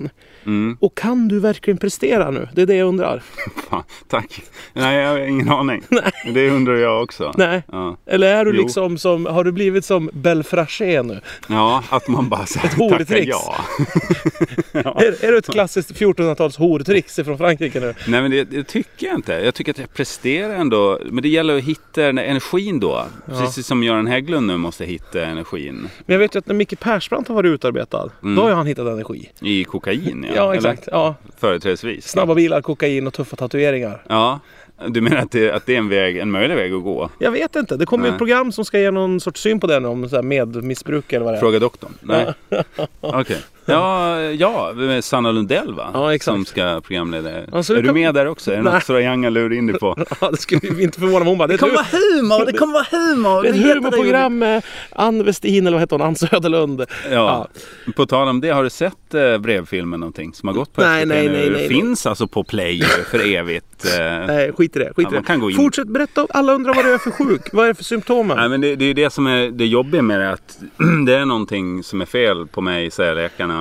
Speaker 2: Och kan du verkligen prestera nu? Det är det jag undrar.
Speaker 1: Fan, tack. Nej, jag har ingen aning. Det undrar jag också.
Speaker 2: Nej.
Speaker 1: Ja,
Speaker 2: Eller är du
Speaker 1: Jo.
Speaker 2: liksom som, har du blivit som Belfrage nu?
Speaker 1: ja att man bara så här, tackar
Speaker 2: hortrix.
Speaker 1: ja.
Speaker 2: Är, är du ett klassiskt 1400-tals hortrix från Frankrike nu?
Speaker 1: Nej, men det, det tycker jag inte. Jag tycker att jag presterar ändå. Men det gäller att hitta den där energin då. Precis som Göran Hägglund nu måste hitta energin.
Speaker 2: Men jag vet ju att när Micke Persbrandt har varit utarbetad, då har ju han hittat energi.
Speaker 1: I kokain, Mm. ja.
Speaker 2: Ja,
Speaker 1: Eller?
Speaker 2: exakt. Ja.
Speaker 1: Företrädesvis.
Speaker 2: Snabba bilar, kokain och tuffa tatueringar.
Speaker 1: Ja, du menar att det, att det är en, väg, en möjlig väg att gå?
Speaker 2: Jag vet inte, det kommer ju
Speaker 1: Nej.
Speaker 2: ett program som ska ge någon sorts syn på det nu, om så här medmissbruk eller vad det är.
Speaker 1: Fråga doktorn? Nej. Okej. Ja, ja, med Sanna Lundell va?
Speaker 2: Ja, exakt.
Speaker 1: Som ska programleda.
Speaker 2: Ja, så
Speaker 1: är
Speaker 2: vi
Speaker 1: du
Speaker 2: kan-
Speaker 1: med där också? Är det
Speaker 2: Nej.
Speaker 1: något Strajanga lurar in dig på?
Speaker 2: Ja, det skulle ju inte förvåna mig. Hon bara, det är ett, hu-
Speaker 1: humor! Det kommer vara humor!
Speaker 2: det är ett humorprogram med eh, Ann Westin, eller vad heter hon, Ann Söderlund.
Speaker 1: Ja. På tal om det, har du sett eh, brevfilmen någonting som har gått på
Speaker 2: Nej,
Speaker 1: SVT
Speaker 2: nej,
Speaker 1: nu?
Speaker 2: nej, nej,
Speaker 1: Finns alltså på play för evigt. eh,
Speaker 2: Nej, skit i det. Skit
Speaker 1: Ja,
Speaker 2: i det.
Speaker 1: man kan gå in.
Speaker 2: Fortsätt berätta, alla undrar vad du är för sjuk. Vad är det för symptomen?
Speaker 1: Nej, men det, det är ju det som är det jobbiga med det. Att det är någonting som är fel på mig, säger läkarna.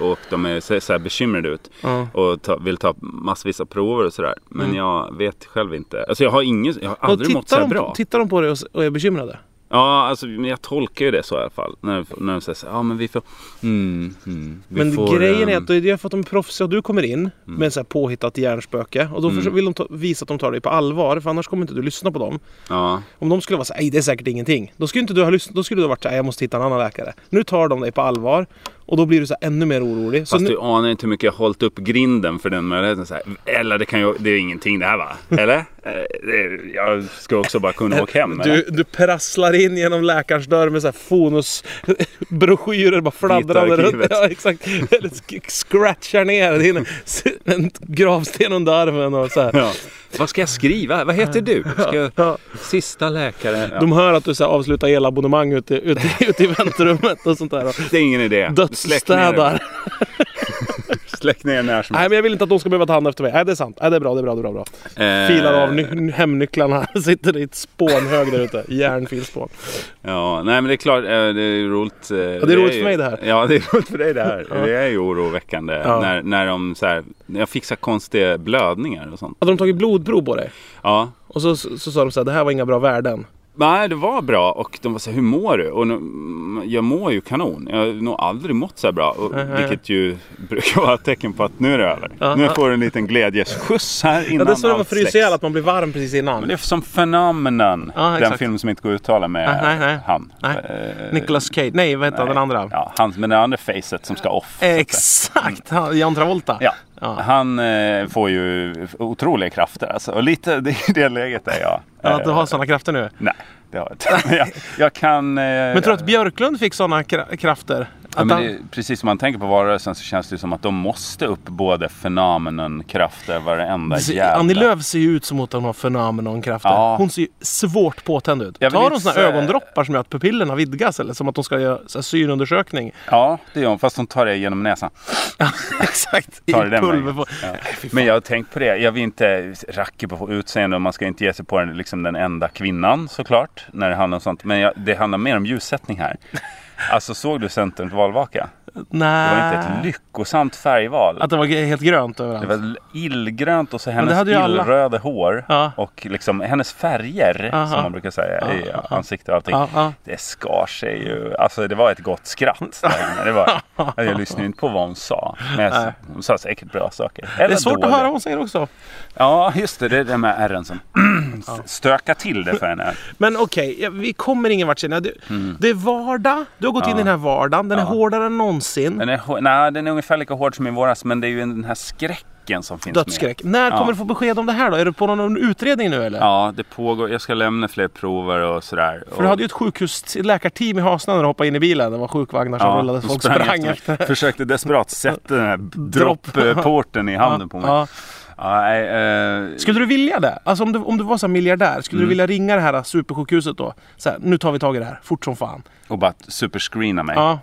Speaker 1: Och de är, ser så här bekymrade ut.
Speaker 2: Ja. Mm.
Speaker 1: Och ta, vill ta massvis av prover och sådär. Men jag vet själv inte. Alltså jag har ingen, jag har aldrig
Speaker 2: Och
Speaker 1: mått så här
Speaker 2: de,
Speaker 1: bra.
Speaker 2: tittar de på dig och, s- och är bekymrade?
Speaker 1: Ja, alltså, men jag tolkar ju det så i alla fall. När, när de säger så här, ja men vi får... Mm, mm, vi
Speaker 2: Men
Speaker 1: får, Mm.
Speaker 2: grejen är
Speaker 1: ehm,
Speaker 2: att det är för att de är proffsiga och du kommer in med så här påhittat hjärnspöke. Och då
Speaker 1: Mm.
Speaker 2: försö- vill de ta, visa att de tar dig på allvar, för annars kommer inte du lyssna på dem.
Speaker 1: Ja,
Speaker 2: Om de skulle vara så här, "Ej, det är säkert ingenting. Då skulle inte du ha lyssnat. Då skulle du ha varit så här, jag måste hitta en annan läkare. Nu tar de dig på allvar och då blir du så här, ännu mer orolig. Så
Speaker 1: fast
Speaker 2: nu,
Speaker 1: du anar inte hur mycket jag har hållit upp grinden för den möjligheten. Så här, eller det, kan ju, det är ju ingenting det här va? Eller? Eh, det är- jag ska också bara kunna åka hem. eller?
Speaker 2: du, du prasslar in genom läkarens dörr med så här fonusbroschyrer bara fladdrande
Speaker 1: Vitarkivet.
Speaker 2: runt. Ja, exakt. Eller sk- scratchar ner din en gravsten under armen och så här.
Speaker 1: Ja. Vad ska jag skriva? Vad heter du? Ska jag...
Speaker 2: Ja.
Speaker 1: Sista läkare. Ja.
Speaker 2: De hör att du så här, avslutar elabonnemang ute, ute, ute i väntrummet och sånt där. och
Speaker 1: Det är ingen idé. Släck ner,
Speaker 2: Dödsstädar.
Speaker 1: släck ner när som
Speaker 2: Nej men jag vill inte att de ska behöva ta hand efter mig. Nej det är sant. Nej det är bra, det är bra, det är bra. bra.
Speaker 1: helst.
Speaker 2: Filar
Speaker 1: Eh,
Speaker 2: av ny- hemnycklarna. Sitter i ett spånhög där ute. Järnfilspån.
Speaker 1: Ja, nej men det är klart. eh, Det är roligt. eh,
Speaker 2: det är roligt
Speaker 1: ju-
Speaker 2: för mig det här.
Speaker 1: Ja, det är roligt för dig det här.
Speaker 2: Ja.
Speaker 1: Det är ju oroväckande.
Speaker 2: Ja.
Speaker 1: När, när de så här, jag fixar konstiga blödningar och sånt.
Speaker 2: Hade de tagit blodprov på dig?
Speaker 1: Ja.
Speaker 2: Och så, så, så sa de så här, det här var inga bra värden.
Speaker 1: Nej, det var bra och de var så här, hur mår du? Och nu, mm, jag mår ju kanon. Jag har nog aldrig mått så här bra. Och,
Speaker 2: Nej, nej.
Speaker 1: vilket ju brukar vara ett tecken på att nu är det över.
Speaker 2: Ja,
Speaker 1: nu
Speaker 2: ja.
Speaker 1: får du en liten glädjesskjuts här
Speaker 2: Ja,
Speaker 1: innan
Speaker 2: det är så man
Speaker 1: allt
Speaker 2: fryser
Speaker 1: släcks.
Speaker 2: ihjäl, att man blir varm precis
Speaker 1: Men
Speaker 2: innan.
Speaker 1: det är som Phenomenon.
Speaker 2: Ja,
Speaker 1: den
Speaker 2: exakt.
Speaker 1: film som inte går att uttala med
Speaker 2: Nej, nej, nej.
Speaker 1: han.
Speaker 2: Nej.
Speaker 1: Eh,
Speaker 2: Nicolas Cage, nej vad hette han,
Speaker 1: nej.
Speaker 2: den andra?
Speaker 1: Ja, han, men det andra facet som ska off.
Speaker 2: Exakt! Han, Jan Travolta.
Speaker 1: Ja.
Speaker 2: Ja.
Speaker 1: Han eh, får ju otroliga krafter alltså. Och lite det- i det läget är jag.
Speaker 2: Ja, Att du
Speaker 1: Eh,
Speaker 2: har sådana krafter nu.
Speaker 1: Nej, det har jag inte. Men jag, jag kan... eh,
Speaker 2: Men tror du att Björklund fick sådana kra- krafter? Att
Speaker 1: Ja, men
Speaker 2: han-
Speaker 1: det, är- precis som man tänker på valrörelsen så känns det ju som att de måste upp både fenomenon, krafter, varenda
Speaker 2: Se-
Speaker 1: jävla...
Speaker 2: Alltså, Annie Lööf ser ju ut som att hon har fenomenonkrafter.
Speaker 1: Alltså, Ja.
Speaker 2: Hon ser ju svårt påtänd ut.
Speaker 1: Jag vill
Speaker 2: Har
Speaker 1: inte
Speaker 2: hon såna
Speaker 1: säga-
Speaker 2: ögondroppar som gör att pupillerna vidgas eller som att de ska göra så här, synundersökning?
Speaker 1: Ja, det gör hon. Fast hon tar det genom näsan.
Speaker 2: Exakt.
Speaker 1: Tar
Speaker 2: I
Speaker 1: det den
Speaker 2: pulver
Speaker 1: vägen.
Speaker 2: på.
Speaker 1: Ja.
Speaker 2: Nej, fy fan.
Speaker 1: Men jag har tänkt på det. Jag vill inte racka på utseende och man ska inte ge sig på den, liksom den enda kvinnan såklart. När det handlar om sånt. Men jag, det handlar mer om ljussättning här. Alltså såg du Centerns valvaka? Det
Speaker 2: Nej.
Speaker 1: var inte ett lyckosamt färgval.
Speaker 2: Att det var g- helt grönt
Speaker 1: Det
Speaker 2: överallt.
Speaker 1: var illgrönt och så
Speaker 2: Alltså. det
Speaker 1: hennes
Speaker 2: hade ju alla.
Speaker 1: illröda hår.
Speaker 2: Ja.
Speaker 1: Och liksom hennes färger
Speaker 2: Aha.
Speaker 1: som man brukar säga i
Speaker 2: Ja,
Speaker 1: ansiktet och allting.
Speaker 2: Ja, ja.
Speaker 1: Det skar sig ju. Alltså det var ett gott skratt. där. det var, jag lyssnade inte på vad hon sa. Men jag,
Speaker 2: Nej.
Speaker 1: hon sa säkert bra saker.
Speaker 2: Det är svårt att höra vad hon säger också.
Speaker 1: Ja, just det. Det är det med ärren som stökar till det för henne.
Speaker 2: Men okej, ja, vi kommer ingen vart senare. Det,
Speaker 1: Mm.
Speaker 2: det är vardag. Du har gått in i den här vardagen. Den är hårdare än någonsin.
Speaker 1: Den är, hår- nej, den är ungefär lika hård som i våras. Men det är ju den här skräcken som finns med.
Speaker 2: Dödsskräck. När kommer
Speaker 1: Ja.
Speaker 2: du få besked om det här då? Är du på någon utredning nu eller?
Speaker 1: Ja, det pågår. Jag ska lämna fler prover och sådär.
Speaker 2: För du hade ju ett sjukhus, ett läkarteam i Hasna när du hoppade in i bilen. Det var sjukvagnar som rullade.
Speaker 1: de
Speaker 2: Folk sprang,
Speaker 1: efter mig.
Speaker 2: efter.
Speaker 1: Försökte desperat sätta den här droppporten i handen på mig.
Speaker 2: Ja.
Speaker 1: Ja, nej, eh,
Speaker 2: Skulle du vilja det? Alltså om du, om du var så här miljardär, skulle
Speaker 1: Mm.
Speaker 2: du vilja ringa det här supersjukhuset då? Så här, nu tar vi tag i det här, fort som fan.
Speaker 1: och bara superscreena mig.
Speaker 2: Ja.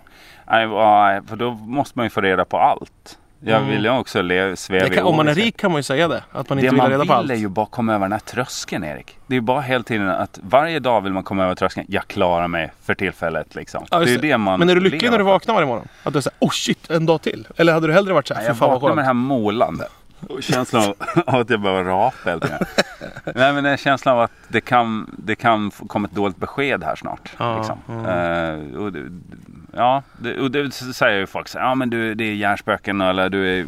Speaker 1: Nej, nej, för då måste man ju få reda på allt. Jag vill ju också le- sväva
Speaker 2: Mm. Det
Speaker 1: i
Speaker 2: kan, om man är
Speaker 1: ovisshet.
Speaker 2: rik kan man ju säga det. Att man inte
Speaker 1: Det
Speaker 2: vill ha reda
Speaker 1: man
Speaker 2: på
Speaker 1: vill
Speaker 2: allt.
Speaker 1: är ju bara komma över den här tröskeln Erik. Det är ju bara hela tiden att varje dag vill man komma över tröskeln. Jag klarar mig för tillfället liksom.
Speaker 2: Ja,
Speaker 1: det är
Speaker 2: just
Speaker 1: ju det man
Speaker 2: Men är du lycklig när du
Speaker 1: lever för.
Speaker 2: vaknar varje morgon? Att du är såhär, oh shit, en dag till. Eller hade du hellre varit såhär,
Speaker 1: Nej,
Speaker 2: fy
Speaker 1: Jag
Speaker 2: fan vad
Speaker 1: vaknar med den
Speaker 2: skönt.
Speaker 1: här målandet. Och känslan av, av att jag behöver rapa hela tiden. Nej men den här känslan av att det kan, det kan f- komma ett dåligt besked här snart.
Speaker 2: Ja,
Speaker 1: liksom. Eh, och det, ja, det, och det säger ju folk så här, ja men du det är hjärnspöken eller du är,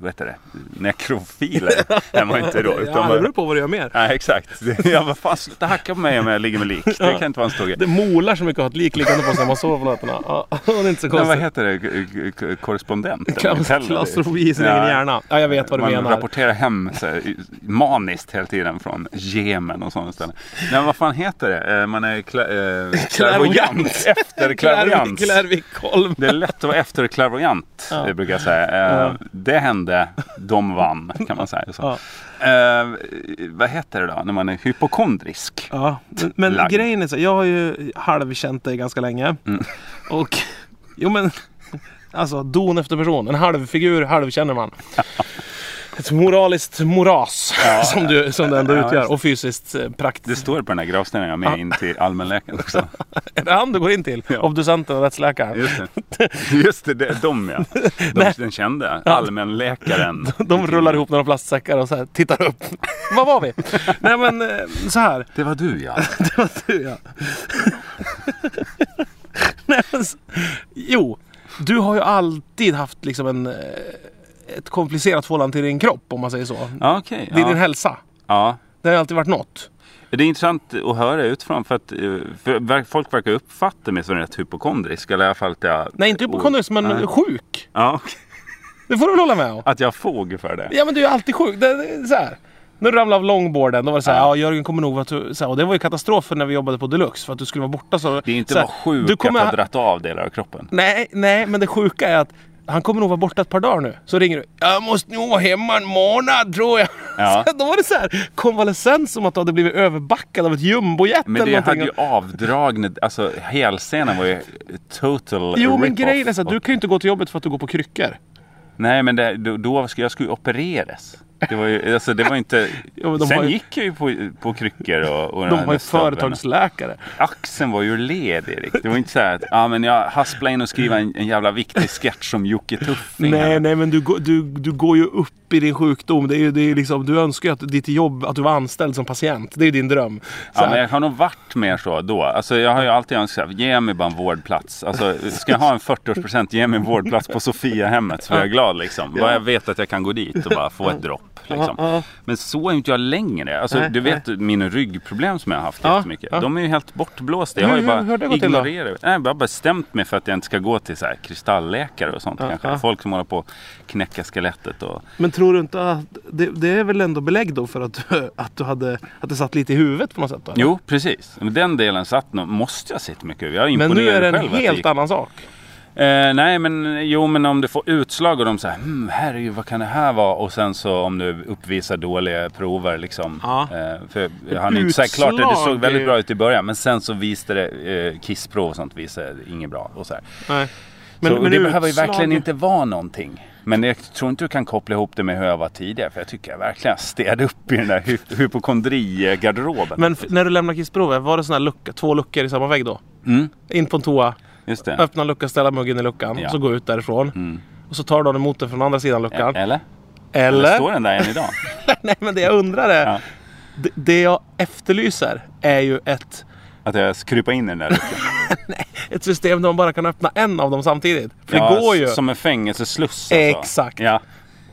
Speaker 1: vad heter det, nekrofiler. är man inte då.
Speaker 2: ja,
Speaker 1: Utan
Speaker 2: det
Speaker 1: bara,
Speaker 2: beror på vad du gör mer.
Speaker 1: nej exakt. Ja vad fan sluta hacka på mig om jag ligger med lik. Det kan inte vara en stor grej.
Speaker 2: Det molar så mycket att ha ett lik liggande på sig när man sover på nätterna. Ja, det är inte så
Speaker 1: Men vad
Speaker 2: konstigt.
Speaker 1: heter det, K- k- korrespondenten?
Speaker 2: Klaus- Klaustrofobi i sin egen
Speaker 1: Ja.
Speaker 2: hjärna. Ja, jag vet vad du
Speaker 1: man
Speaker 2: menar.
Speaker 1: rapporterar hem så här, maniskt hela tiden från Jemen och sådana ställen. Nej, men vad fan heter det? Eh, Man är kla- eh,
Speaker 2: Clairvoyant.
Speaker 1: clairvoyant. efter clairvoyant.
Speaker 2: Klärvikholm.
Speaker 1: Det är lätt att vara efter clairvoyant,
Speaker 2: Ja.
Speaker 1: det brukar jag säga. Eh, Det hände, de vann, kan man säga. Så.
Speaker 2: Ja.
Speaker 1: Eh, vad heter det då, när man är hypokondrisk?
Speaker 2: Ja, men, men
Speaker 1: Lagd. Mm.
Speaker 2: grejen är så här, jag har ju halvkänt dig ganska länge. Och, jo men, alltså don efter person. En halvfigur halvkänner man. Ett moraliskt moras som, du, som det ändå
Speaker 1: Ja,
Speaker 2: utgör.
Speaker 1: just det.
Speaker 2: Och fysiskt eh, praktiskt.
Speaker 1: Det står på den här gravstenen jag med in till allmänläkaren också.
Speaker 2: Är det han du går in till?
Speaker 1: Ja.
Speaker 2: Obducenten och rättsläkaren.
Speaker 1: Just det, Just det, det är de ja. De, den kände allmänläkaren.
Speaker 2: De rullar ihop några plastsäckar och så här, tittar upp. Var var vi? Nej men eh, så här.
Speaker 1: Det var du ja.
Speaker 2: Du, ja. Nej, men, s- jo, du har ju alltid haft liksom en, eh, ett komplicerat förhållande till din kropp om man säger så.
Speaker 1: Ja, okej.
Speaker 2: Till din
Speaker 1: ja.
Speaker 2: hälsa.
Speaker 1: ja.
Speaker 2: Det har ju alltid varit något.
Speaker 1: Det är intressant att höra utifrån för att eh, för ver- folk verkar uppfatta mig som rätt hypokondrisk. Eller i alla fall att jag...
Speaker 2: Nej, inte hypokondrisk men
Speaker 1: Oh, Nej.
Speaker 2: sjuk.
Speaker 1: Ja, okej.
Speaker 2: Det får du väl hålla med om?
Speaker 1: Att jag har fog för det.
Speaker 2: Ja men du är alltid sjuk. Det, det, är så här. När du ramlade av långborden då var det så här, ja, Jörgen kommer nog att du, så här, och det var ju katastrofen när vi jobbade på Deluxe för att du skulle vara borta så.
Speaker 1: Det är inte
Speaker 2: så här,
Speaker 1: bara sjukt
Speaker 2: du kommer,
Speaker 1: att jag har dratt av delar av kroppen.
Speaker 2: Nej, nej, men det sjuka är att han kommer nog vara borta ett par dagar nu. Så ringer du. Jag måste nog vara hemma en månad tror jag.
Speaker 1: Ja.
Speaker 2: Så då var det så här konvalescens som att du hade blivit överbackad av ett jumbojet eller
Speaker 1: Men det
Speaker 2: någonting.
Speaker 1: hade ju avdragna, alltså hälsenan var ju total
Speaker 2: Jo men
Speaker 1: rip-off.
Speaker 2: grejen är så att du
Speaker 1: Och-
Speaker 2: kan ju inte gå till jobbet för att du går på kryckor.
Speaker 1: Nej men det, då, då skulle jag skulle ju opereras. Det var ju, alltså det var ju inte...
Speaker 2: Jo, men de
Speaker 1: Sen
Speaker 2: har ju-
Speaker 1: gick jag ju på, på kryckor och, och
Speaker 2: De har ju
Speaker 1: nästan-
Speaker 2: företagsläkare.
Speaker 1: Axeln var ju led Erik. Det var inte så här att ah, men jag hasplar in och skriver en, en jävla viktig sketch som Jocke Tuffing.
Speaker 2: Nej, nej, men du, går- du, du går ju upp i din sjukdom. Det är, ju- det är liksom, du önskar ju att ditt jobb, att du var anställd som patient. Det är ju din dröm. Så
Speaker 1: Ja,
Speaker 2: här,
Speaker 1: men jag har nog varit mer så då. Alltså, jag har ju alltid önskat, så här, ge mig bara en vårdplats. Alltså, ska jag ha en 40-årspresent, ge mig en vårdplats på Sofiahemmet så är jag glad. Liksom. Vad jag vet att jag kan gå dit och bara få ett dropp. Liksom. Men så är ju inte jag längre. Alltså, du vet mina ryggproblem som jag har haft
Speaker 2: Ja,
Speaker 1: jättemycket.
Speaker 2: ja.
Speaker 1: De är ju helt bortblåsta. Jag har
Speaker 2: Hur-
Speaker 1: ju
Speaker 2: hur- hur har det
Speaker 1: bara
Speaker 2: gått till då?
Speaker 1: ignorerat. Nej, Jag har bara bestämt mig för att jag inte ska gå till så här, kristallläkare och sånt. kanske.
Speaker 2: ja.
Speaker 1: Folk som håller på att knäcka skelettet. Och...
Speaker 2: Men tror du inte att det, det är väl ändå belägg då för att, du- att, du hade, att det satt lite i huvudet på något sätt? Då, eller?
Speaker 1: Jo, precis. Men Den delen satt nog. Måste jag sitta mycket över? Jag är
Speaker 2: men
Speaker 1: imponerad
Speaker 2: nu är det
Speaker 1: själv
Speaker 2: en
Speaker 1: att det gick
Speaker 2: helt annan sak.
Speaker 1: Eh, nej, men jo, men om du får utslag och de säger hmm, herregud, vad kan det här vara? Och sen så om du uppvisar dåliga prover liksom.
Speaker 2: Ja.
Speaker 1: Eh, för han är inte säker, klart det, det såg
Speaker 2: Utslag är
Speaker 1: väldigt
Speaker 2: ju-
Speaker 1: bra ut i början, men sen så visade det eh, kissprov och sånt visade det inget bra. Och så här.
Speaker 2: Nej.
Speaker 1: så det behöver ju
Speaker 2: utslag-
Speaker 1: verkligen inte vara någonting. Men jag tror inte du kan koppla ihop det med hur jag var tidigare, för jag tycker jag verkligen städade upp i den där hy- hypokondrigarderoben.
Speaker 2: Men f- när du lämnar kissprovet, var det såna här lucka, två luckor i samma vägg då?
Speaker 1: Mm,
Speaker 2: In på en toa,
Speaker 1: just det.
Speaker 2: öppna en lucka, ställa muggen i luckan,
Speaker 1: Ja. Mm.
Speaker 2: så gå ut därifrån. Och så tar du emot den från andra sidan luckan.
Speaker 1: Eller?
Speaker 2: Eller?
Speaker 1: Står den där än idag?
Speaker 2: Nej men det jag undrar är.
Speaker 1: Ja.
Speaker 2: Det, det jag efterlyser är ju ett,
Speaker 1: Att jag skrupa in i den där
Speaker 2: ett system där man bara kan öppna en av dem samtidigt. För det går ju.
Speaker 1: Som en fängelsesluss. Alltså.
Speaker 2: Exakt.
Speaker 1: Ja.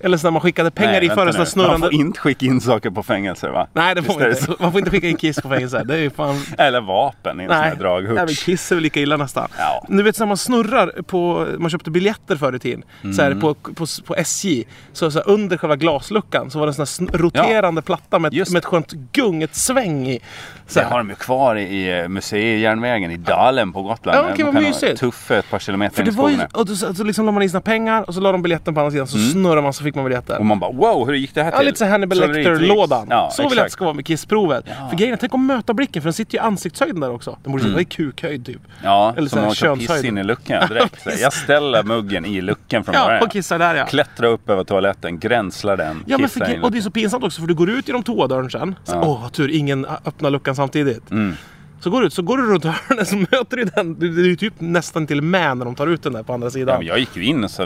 Speaker 2: Eller så när man skickade pengar
Speaker 1: Nej,
Speaker 2: i
Speaker 1: vänta
Speaker 2: förr.
Speaker 1: nu.
Speaker 2: sådana Snurrande...
Speaker 1: Man får inte skicka in saker på fängelser va?
Speaker 2: Nej det får
Speaker 1: Visst
Speaker 2: man
Speaker 1: är
Speaker 2: inte.
Speaker 1: så?
Speaker 2: Man får inte skicka in kiss på fängelse. Det är ju fan...
Speaker 1: Eller vapen i en sån
Speaker 2: Nej.
Speaker 1: här draghurts.
Speaker 2: Nej men kiss är väl lika illa nästan.
Speaker 1: Ja.
Speaker 2: Nu vet så när man snurrar på, man köpte biljetter förr i tiden. Så
Speaker 1: Mm.
Speaker 2: här, på, på, på SJ. Så, så här, under själva glasluckan så var det en sån här sn- roterande platta med, ett-
Speaker 1: Just
Speaker 2: med ett skönt gung, ett sväng i. Så
Speaker 1: det
Speaker 2: här.
Speaker 1: har de ju kvar i eh, museijärnvägen i Dalen på Gotland.
Speaker 2: Ja, okej,
Speaker 1: Man
Speaker 2: vad
Speaker 1: kan ha
Speaker 2: mysigt.
Speaker 1: Tuffe ett par kilometer
Speaker 2: För
Speaker 1: in
Speaker 2: det
Speaker 1: i
Speaker 2: var ju,
Speaker 1: skogen.
Speaker 2: och då, så, så liksom la man in sina pengar och så la de biljetten på andra sidan så snurrade man så fick man biljetter.
Speaker 1: Mm. Och man bara wow, hur gick det här
Speaker 2: Ja,
Speaker 1: till?
Speaker 2: lite så här Hannibal
Speaker 1: Så det är ju
Speaker 2: Lecter-lådan.
Speaker 1: tricks. Ja,
Speaker 2: så vill jag att det
Speaker 1: exakt.
Speaker 2: ska vara med kissprovet. För grejen är, tänk att möta blicken för den sitter ju i ansiktshöjden där också. Den borde sitta i kukhöjd typ.
Speaker 1: Mm. Ja,
Speaker 2: Eller så
Speaker 1: som
Speaker 2: här
Speaker 1: man kan pissa
Speaker 2: könshöjden.
Speaker 1: in i luckan direkt. Så här, jag ställer muggen i luckan från
Speaker 2: Ja,
Speaker 1: början.
Speaker 2: och kissar där ja.
Speaker 1: Klättra upp över toaletten, gränslar den,
Speaker 2: Ja, men
Speaker 1: kissar in
Speaker 2: för, och det är så pinsamt också för du går ut genom toadörren sen. Så, Åh, vad tur, ingen öppnar luckan samtidigt.
Speaker 1: Mm.
Speaker 2: Så går du ut, så går du runt hörnet så möter du den. Det det är ju typ nästan till med när de tar ut den där på andra
Speaker 1: Ja,
Speaker 2: sidan.
Speaker 1: men jag gick ju in och så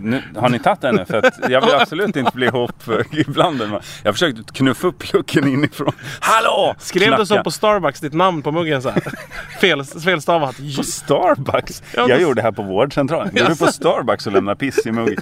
Speaker 1: nu, har ni tagit henne? För att jag vill absolut inte bli ihopblandad. Jag försökte knuffa upp jucken inifrån. Hallå!
Speaker 2: Skrev du så
Speaker 1: Knacka.
Speaker 2: på Starbucks ditt namn på muggen så här? Fel, felstavat.
Speaker 1: På Starbucks?
Speaker 2: Ja,
Speaker 1: jag
Speaker 2: då-
Speaker 1: gjorde det här på vårdcentralen. Går du på Starbucks och lämnar piss i muggen?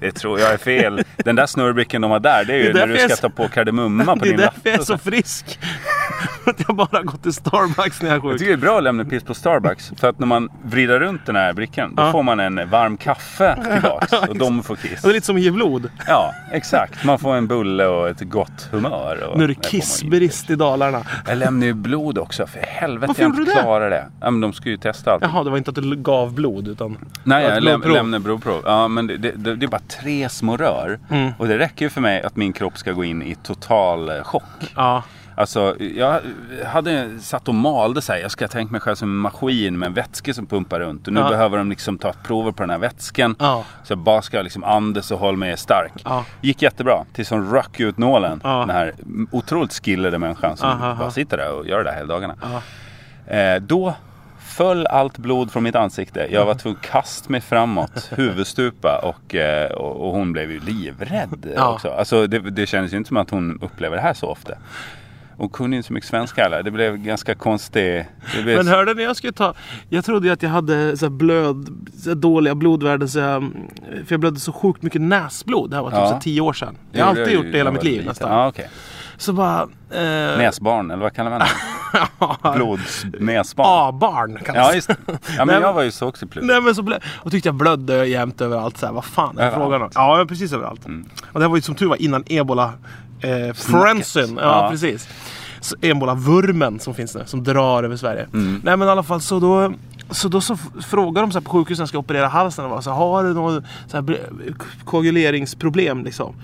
Speaker 1: Det tror jag är fel. Den där snurrbricken de har där, det är ju
Speaker 2: Det är
Speaker 1: när du
Speaker 2: därför
Speaker 1: ska
Speaker 2: jag-
Speaker 1: ta på kardemumma på
Speaker 2: Det är
Speaker 1: din lapp.
Speaker 2: därför jag är så frisk. För att jag bara har gått till Starbucks när jag är
Speaker 1: Jag
Speaker 2: sjuk.
Speaker 1: tycker det är bra att lämna piss på Starbucks. För att när man vrider runt den här brickan, då får man en varm kaffe tillbaks. Och de får kiss.
Speaker 2: Det är lite som att ge blod.
Speaker 1: Ja, exakt. Man får en bulle och ett gott humör. Och
Speaker 2: Nu
Speaker 1: Nej, får
Speaker 2: är det
Speaker 1: man inte.
Speaker 2: kissbrist i Dalarna.
Speaker 1: Jag lämnade ju blod också, för helvete
Speaker 2: Varför
Speaker 1: jag inte
Speaker 2: gjorde du det?
Speaker 1: klarar det. Ja, men de ska ju testa allt.
Speaker 2: Jaha, det var inte att du gav blod utan...
Speaker 1: Nej,
Speaker 2: det var
Speaker 1: jag
Speaker 2: ett
Speaker 1: läm-
Speaker 2: blodprov.
Speaker 1: lämnade blodprov. Ja, men det, det, det, det är bara
Speaker 2: Mm.
Speaker 1: tre små rör. Och det räcker ju för mig att min kropp ska gå in i total eh, chock.
Speaker 2: Ja.
Speaker 1: Alltså, jag hade satt och malde så här. Jag ska tänka mig själv som en maskin med en vätske som pumpar runt. Och nu
Speaker 2: Ja.
Speaker 1: behöver de liksom ta prover på den här vätskan.
Speaker 2: Ja.
Speaker 1: Så jag bara ska liksom andas och hålla mig stark.
Speaker 2: Ja.
Speaker 1: Gick jättebra. Tills hon röck ut nålen.
Speaker 2: Ja.
Speaker 1: Den här otroligt skillade människan som
Speaker 2: Aha, aha.
Speaker 1: bara sitter där och gör det där hela dagarna. Eh, då föll allt blod från mitt ansikte. Jag var tvungen att kasta mig framåt, huvudstupa och, eh, och, och hon blev ju livrädd
Speaker 2: Ja.
Speaker 1: också. Alltså, det, det kändes ju inte som att hon upplever det här så ofta. Hon kunde ju inte så mycket svenska heller. Det blev ganska konstigt. Det blev
Speaker 2: Men hörde ni, jag skulle ta... Jag trodde ju att jag hade så här blöd, så här dåliga blodvärden. Så jag, för jag blödde så sjukt mycket näsblod. Det här var typ
Speaker 1: Ja.
Speaker 2: så här tio år sedan. Jag har alltid gjort det hela mitt liv
Speaker 1: liten.
Speaker 2: nästan.
Speaker 1: Ja, okej.
Speaker 2: Så bara... Eh,
Speaker 1: Näsbarn, eller vad kallar man det? Blodsnäsbarn.
Speaker 2: A-barn kan
Speaker 1: Ja,
Speaker 2: man säga.
Speaker 1: just det. Ja, Alltså. men jag var ju så också plus.
Speaker 2: Nej men så blöd. Och tyckte jag blödde jämt överallt. Så här, vad fan är det
Speaker 1: Överallt.
Speaker 2: frågan om? Ja, men precis överallt.
Speaker 1: Mm.
Speaker 2: Och det här var ju som tur var innan ebola eh, frenzyn. Ja,
Speaker 1: Ja.
Speaker 2: precis. Så Ebola-vurmen som finns nu, som drar över Sverige.
Speaker 1: Mm.
Speaker 2: Nej men i alla fall så då så då så f- frågar de så här på sjukhuset när jag ska operera halsen. Och bara så här, har du något så här bre- koaguleringsproblem? Liksom?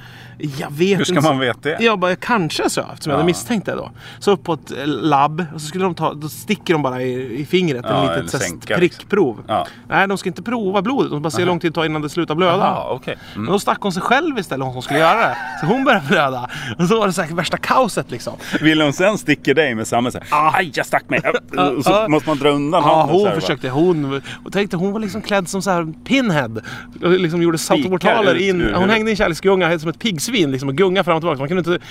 Speaker 2: Jag vet
Speaker 1: Hur ska
Speaker 2: inte.
Speaker 1: man veta det?
Speaker 2: Jag bara, kanske så eftersom jag hade
Speaker 1: Ja.
Speaker 2: misstänkt det då. Så upp på ett eh, labb och så skulle de ta, då sticker de bara i, i fingret
Speaker 1: Ja,
Speaker 2: en
Speaker 1: eller
Speaker 2: litet så här
Speaker 1: sänka,
Speaker 2: prickprov.
Speaker 1: Ja.
Speaker 2: Nej, de ska inte prova blodet. De bara ser hur lång tid det tar innan det slutar blöda.
Speaker 1: Ja, okej. Mm.
Speaker 2: Men då stack hon sig själv istället, hon som skulle göra det. Så hon började blöda. Och så var det säkert värsta kaoset liksom.
Speaker 1: Vill hon sen sticka dig med samma så här, aj jag stack mig. Och
Speaker 2: ah.
Speaker 1: så måste man dra undan
Speaker 2: Ja,
Speaker 1: handen så
Speaker 2: hon
Speaker 1: här, va?
Speaker 2: försökte. Hon, och tänkte, hon var liksom klädd som så här pinhead. Och Liksom gjorde saltomortaler
Speaker 1: ut
Speaker 2: in.
Speaker 1: ur
Speaker 2: Hon
Speaker 1: huvudet.
Speaker 2: hängde i en kärleksgunga helt som ett piggsvin liksom, och gungade fram och tillbaka. Man kunde inte...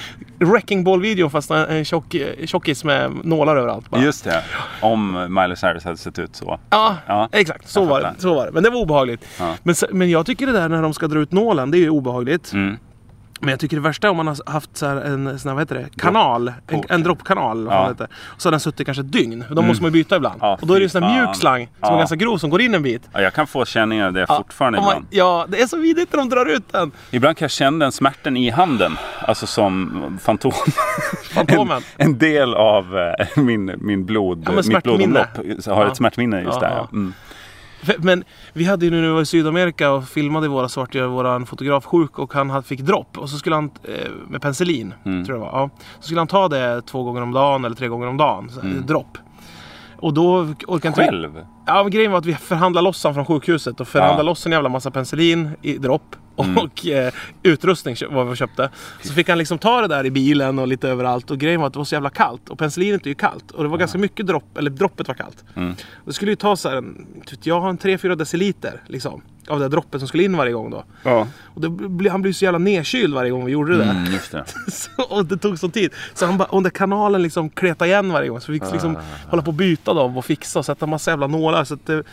Speaker 2: Wrecking Ball-videon fast en en tjock, tjockis med nålar överallt. Bara. Ah.
Speaker 1: Just det, om Miley Cyrus hade sett ut så.
Speaker 2: Ja,
Speaker 1: Ja.
Speaker 2: exakt. Så
Speaker 1: Jag
Speaker 2: var, det,
Speaker 1: fattar.
Speaker 2: så var det. Men det var obehagligt.
Speaker 1: Ja.
Speaker 2: Men, så- men jag tycker det där när de ska dra ut nålen, det är ju obehagligt.
Speaker 1: Mm.
Speaker 2: Men jag tycker det värsta är om man har haft så här en sån här, vad heter det, kanal. En,
Speaker 1: Port.
Speaker 2: en droppkanal. eller vad
Speaker 1: Ja. Mm.
Speaker 2: fan det heter. Och så har den suttit kanske ett dygn. De måste man ju byta ibland.
Speaker 1: Ja,
Speaker 2: och då är det ju
Speaker 1: fy
Speaker 2: sån här mjuk
Speaker 1: fan.
Speaker 2: slang som är
Speaker 1: Ja.
Speaker 2: ganska grov som går in en bit.
Speaker 1: Ja, jag kan få känningar av det fortfarande
Speaker 2: Ja, och Ah. man-
Speaker 1: ibland.
Speaker 2: ja, det är så vidrigt när de drar ut den.
Speaker 1: Ibland kan jag känna den smärten i handen. Alltså som fantom.
Speaker 2: Fantomen.
Speaker 1: En, en del av eh, min, min blod,
Speaker 2: men
Speaker 1: mitt
Speaker 2: smärtminne.
Speaker 1: blodomlopp så har
Speaker 2: Ja.
Speaker 1: ett smärtminne just
Speaker 2: Ja,
Speaker 1: där.
Speaker 2: ja.
Speaker 1: Mm.
Speaker 2: F- Men vi hade ju nu när vi var i Sydamerika och filmade i våra så vart ju våran fotograf sjuk och han hade- fick dropp. Och så skulle han, eh, med penicillin, tror jag det var. Ja. Så skulle han ta det två gånger om dagen eller tre gånger om dagen. Så, Dropp. Och då orkade inte vi-
Speaker 1: Själv?
Speaker 2: Ja, men grejen var att vi förhandlade loss han från sjukhuset och förhandlade
Speaker 1: Ja.
Speaker 2: loss en jävla massa penicillin i dropp. Och eh, utrustning kö- vad vi köpte. Så fick han liksom ta det där i bilen och lite överallt. Och grejen var att det var så jävla kallt. Och penicillinet är ju kallt. Och det var ganska mycket dropp, eller droppet var kallt. Det skulle ju ta så här en, inte vet jag har en 3-4 deciliter liksom. Av det där droppet som skulle in varje gång då.
Speaker 1: Ja.
Speaker 2: Och det, bli- han blev så jävla nedkyld varje gång vi gjorde det.
Speaker 1: Mm, just det.
Speaker 2: Så, och det tog sån tid. Så han bara, och den kanalen liksom kletade igen varje gång. Så vi fick liksom hålla på och byta dem och fixa och sätta massa jävla nålar. Så att det,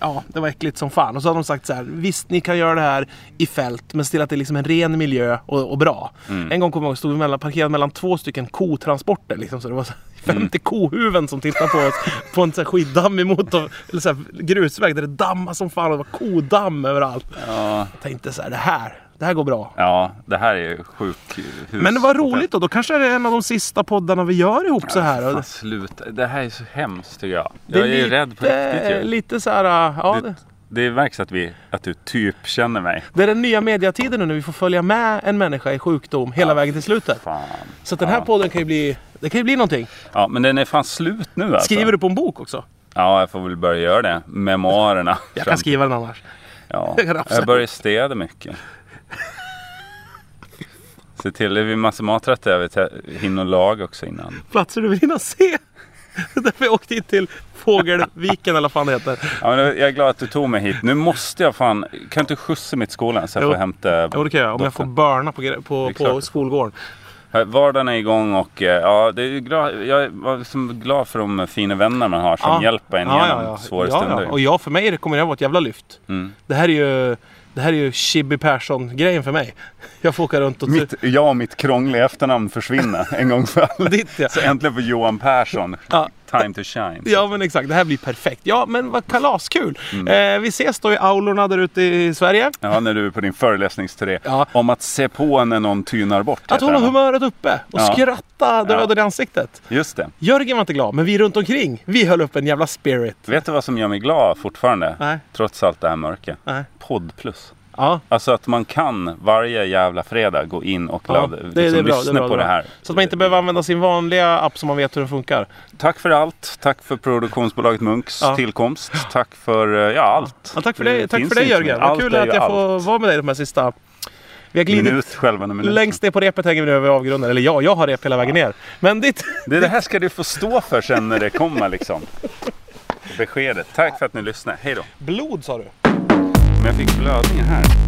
Speaker 2: ja, det var äckligt som fan. Och så hade de sagt så här, visst ni kan göra det här i fält, men se till att det är liksom en ren miljö och, och bra. En gång kommer jag ihåg, stod vi mellan, parkerade mellan två stycken kotransporter. Liksom, så det var så här 50 kohuven som tittade på oss på en sån här skiddamm emot, och- eller så här grusväg där det dammade som fan och det var kodamm överallt.
Speaker 1: Ja.
Speaker 2: Jag tänkte så här, det här, det här går bra.
Speaker 1: ja, det här är sjukhus.
Speaker 2: Men det var roligt då. Då kanske det är en av de sista poddarna vi gör ihop så här.
Speaker 1: Fan, sluta. Det här är så hemskt tycker jag.
Speaker 2: Det
Speaker 1: Jag är ju rädd på riktigt ju.
Speaker 2: Lite så här, ja,
Speaker 1: Det,
Speaker 2: det,
Speaker 1: det märks att, vi, att du typ känner mig.
Speaker 2: det är den nya mediatiden nu när vi får följa med en människa i sjukdom hela vägen till slutet.
Speaker 1: Fan.
Speaker 2: Så att den här podden kan ju bli, det kan ju bli någonting.
Speaker 1: Ja, men den är fan slut nu alltså.
Speaker 2: Skriver du på en bok också?
Speaker 1: Ja, jag får väl börja göra det. Memoarerna.
Speaker 2: Jag
Speaker 1: fram-
Speaker 2: kan skriva den annars.
Speaker 1: Ja.
Speaker 2: jag kan rafsa.
Speaker 1: Jag börjar städa mycket. Se till, det blir massor maträtt där. Vi tä- hinner laga också innan.
Speaker 2: Platser du vill hinna se. Därför jag åkte hit till Fågelviken eller vad fan det heter.
Speaker 1: Ja, men jag är glad att du tog mig hit. Nu måste jag fan... Kan inte du skjutsa mig till skolan så jag
Speaker 2: Jo.
Speaker 1: får hämta...
Speaker 2: Jo det kan jag om jag får börna på, gre- på,
Speaker 1: är klart.
Speaker 2: på skolgården.
Speaker 1: Här, Vardagen är igång och eh, ja, det är ju glad, jag var liksom glad för de fina vänner man har som
Speaker 2: Ja.
Speaker 1: hjälper en
Speaker 2: Ja,
Speaker 1: genom Mm.
Speaker 2: ja, ja.
Speaker 1: svåra
Speaker 2: ja,
Speaker 1: stunder.
Speaker 2: Ja. Och jag, för mig det kommer det vara ett jävla lyft. Det här är ju det här är ju Chibi Persson-grejen för mig. Jag får åka runt och...
Speaker 1: Mitt, jag och mitt krångliga efternamn försvinner en gång för alla.
Speaker 2: Ditt, ja.
Speaker 1: Så äntligen får Johan Persson
Speaker 2: Ja.
Speaker 1: time to shine.
Speaker 2: Ja men exakt, det här blir perfekt. Ja men vad kalaskul!
Speaker 1: Mm.
Speaker 2: Eh, vi ses då i aulorna där ute i Sverige.
Speaker 1: Ja, när du är på din föreläsningsturné.
Speaker 2: Ja.
Speaker 1: Om att se på när någon tynar bort.
Speaker 2: Att
Speaker 1: heter
Speaker 2: hålla
Speaker 1: den, va?
Speaker 2: humöret uppe och
Speaker 1: Ja.
Speaker 2: skratta döden i ansiktet.
Speaker 1: Just det.
Speaker 2: Jörgen var inte glad, men vi runt omkring, vi höll upp en jävla spirit.
Speaker 1: Vet du vad som gör mig glad fortfarande?
Speaker 2: Nej.
Speaker 1: Trots allt det här mörka?
Speaker 2: Nej.
Speaker 1: Podd plus.
Speaker 3: Ja.
Speaker 1: Alltså att man kan varje jävla fredag gå in och ladda,
Speaker 3: det- det är
Speaker 1: liksom,
Speaker 3: bra, det är
Speaker 1: lyssna
Speaker 3: bra,
Speaker 1: på
Speaker 3: det
Speaker 1: det
Speaker 3: är bra.
Speaker 1: här.
Speaker 2: Så att man inte behöver använda sin vanliga app som man vet hur den funkar.
Speaker 1: Tack för allt. Tack för produktionsbolaget Munks
Speaker 2: Ja.
Speaker 1: tillkomst. Tack för eh, ja, allt.
Speaker 2: Ja, tack för dig, tack
Speaker 1: Mm, finns
Speaker 2: för dig
Speaker 1: inte mer.
Speaker 2: Jörgen. Vad
Speaker 1: Allt
Speaker 2: kul
Speaker 1: är
Speaker 2: att
Speaker 1: ju
Speaker 2: jag
Speaker 1: allt.
Speaker 2: får vara med dig de här sista... Vi har glidit
Speaker 1: Minut, självande minut.
Speaker 2: längst ner på repet hänger vi nu över avgrunden. Eller ja, jag har rep hela vägen ner. Men ditt...
Speaker 1: Det, det här ska du få stå för sen när det kommer liksom. Beskedet. Tack för att ni lyssnade. Hej då.
Speaker 2: Blod sa du?
Speaker 1: Men jag fick blödningar här.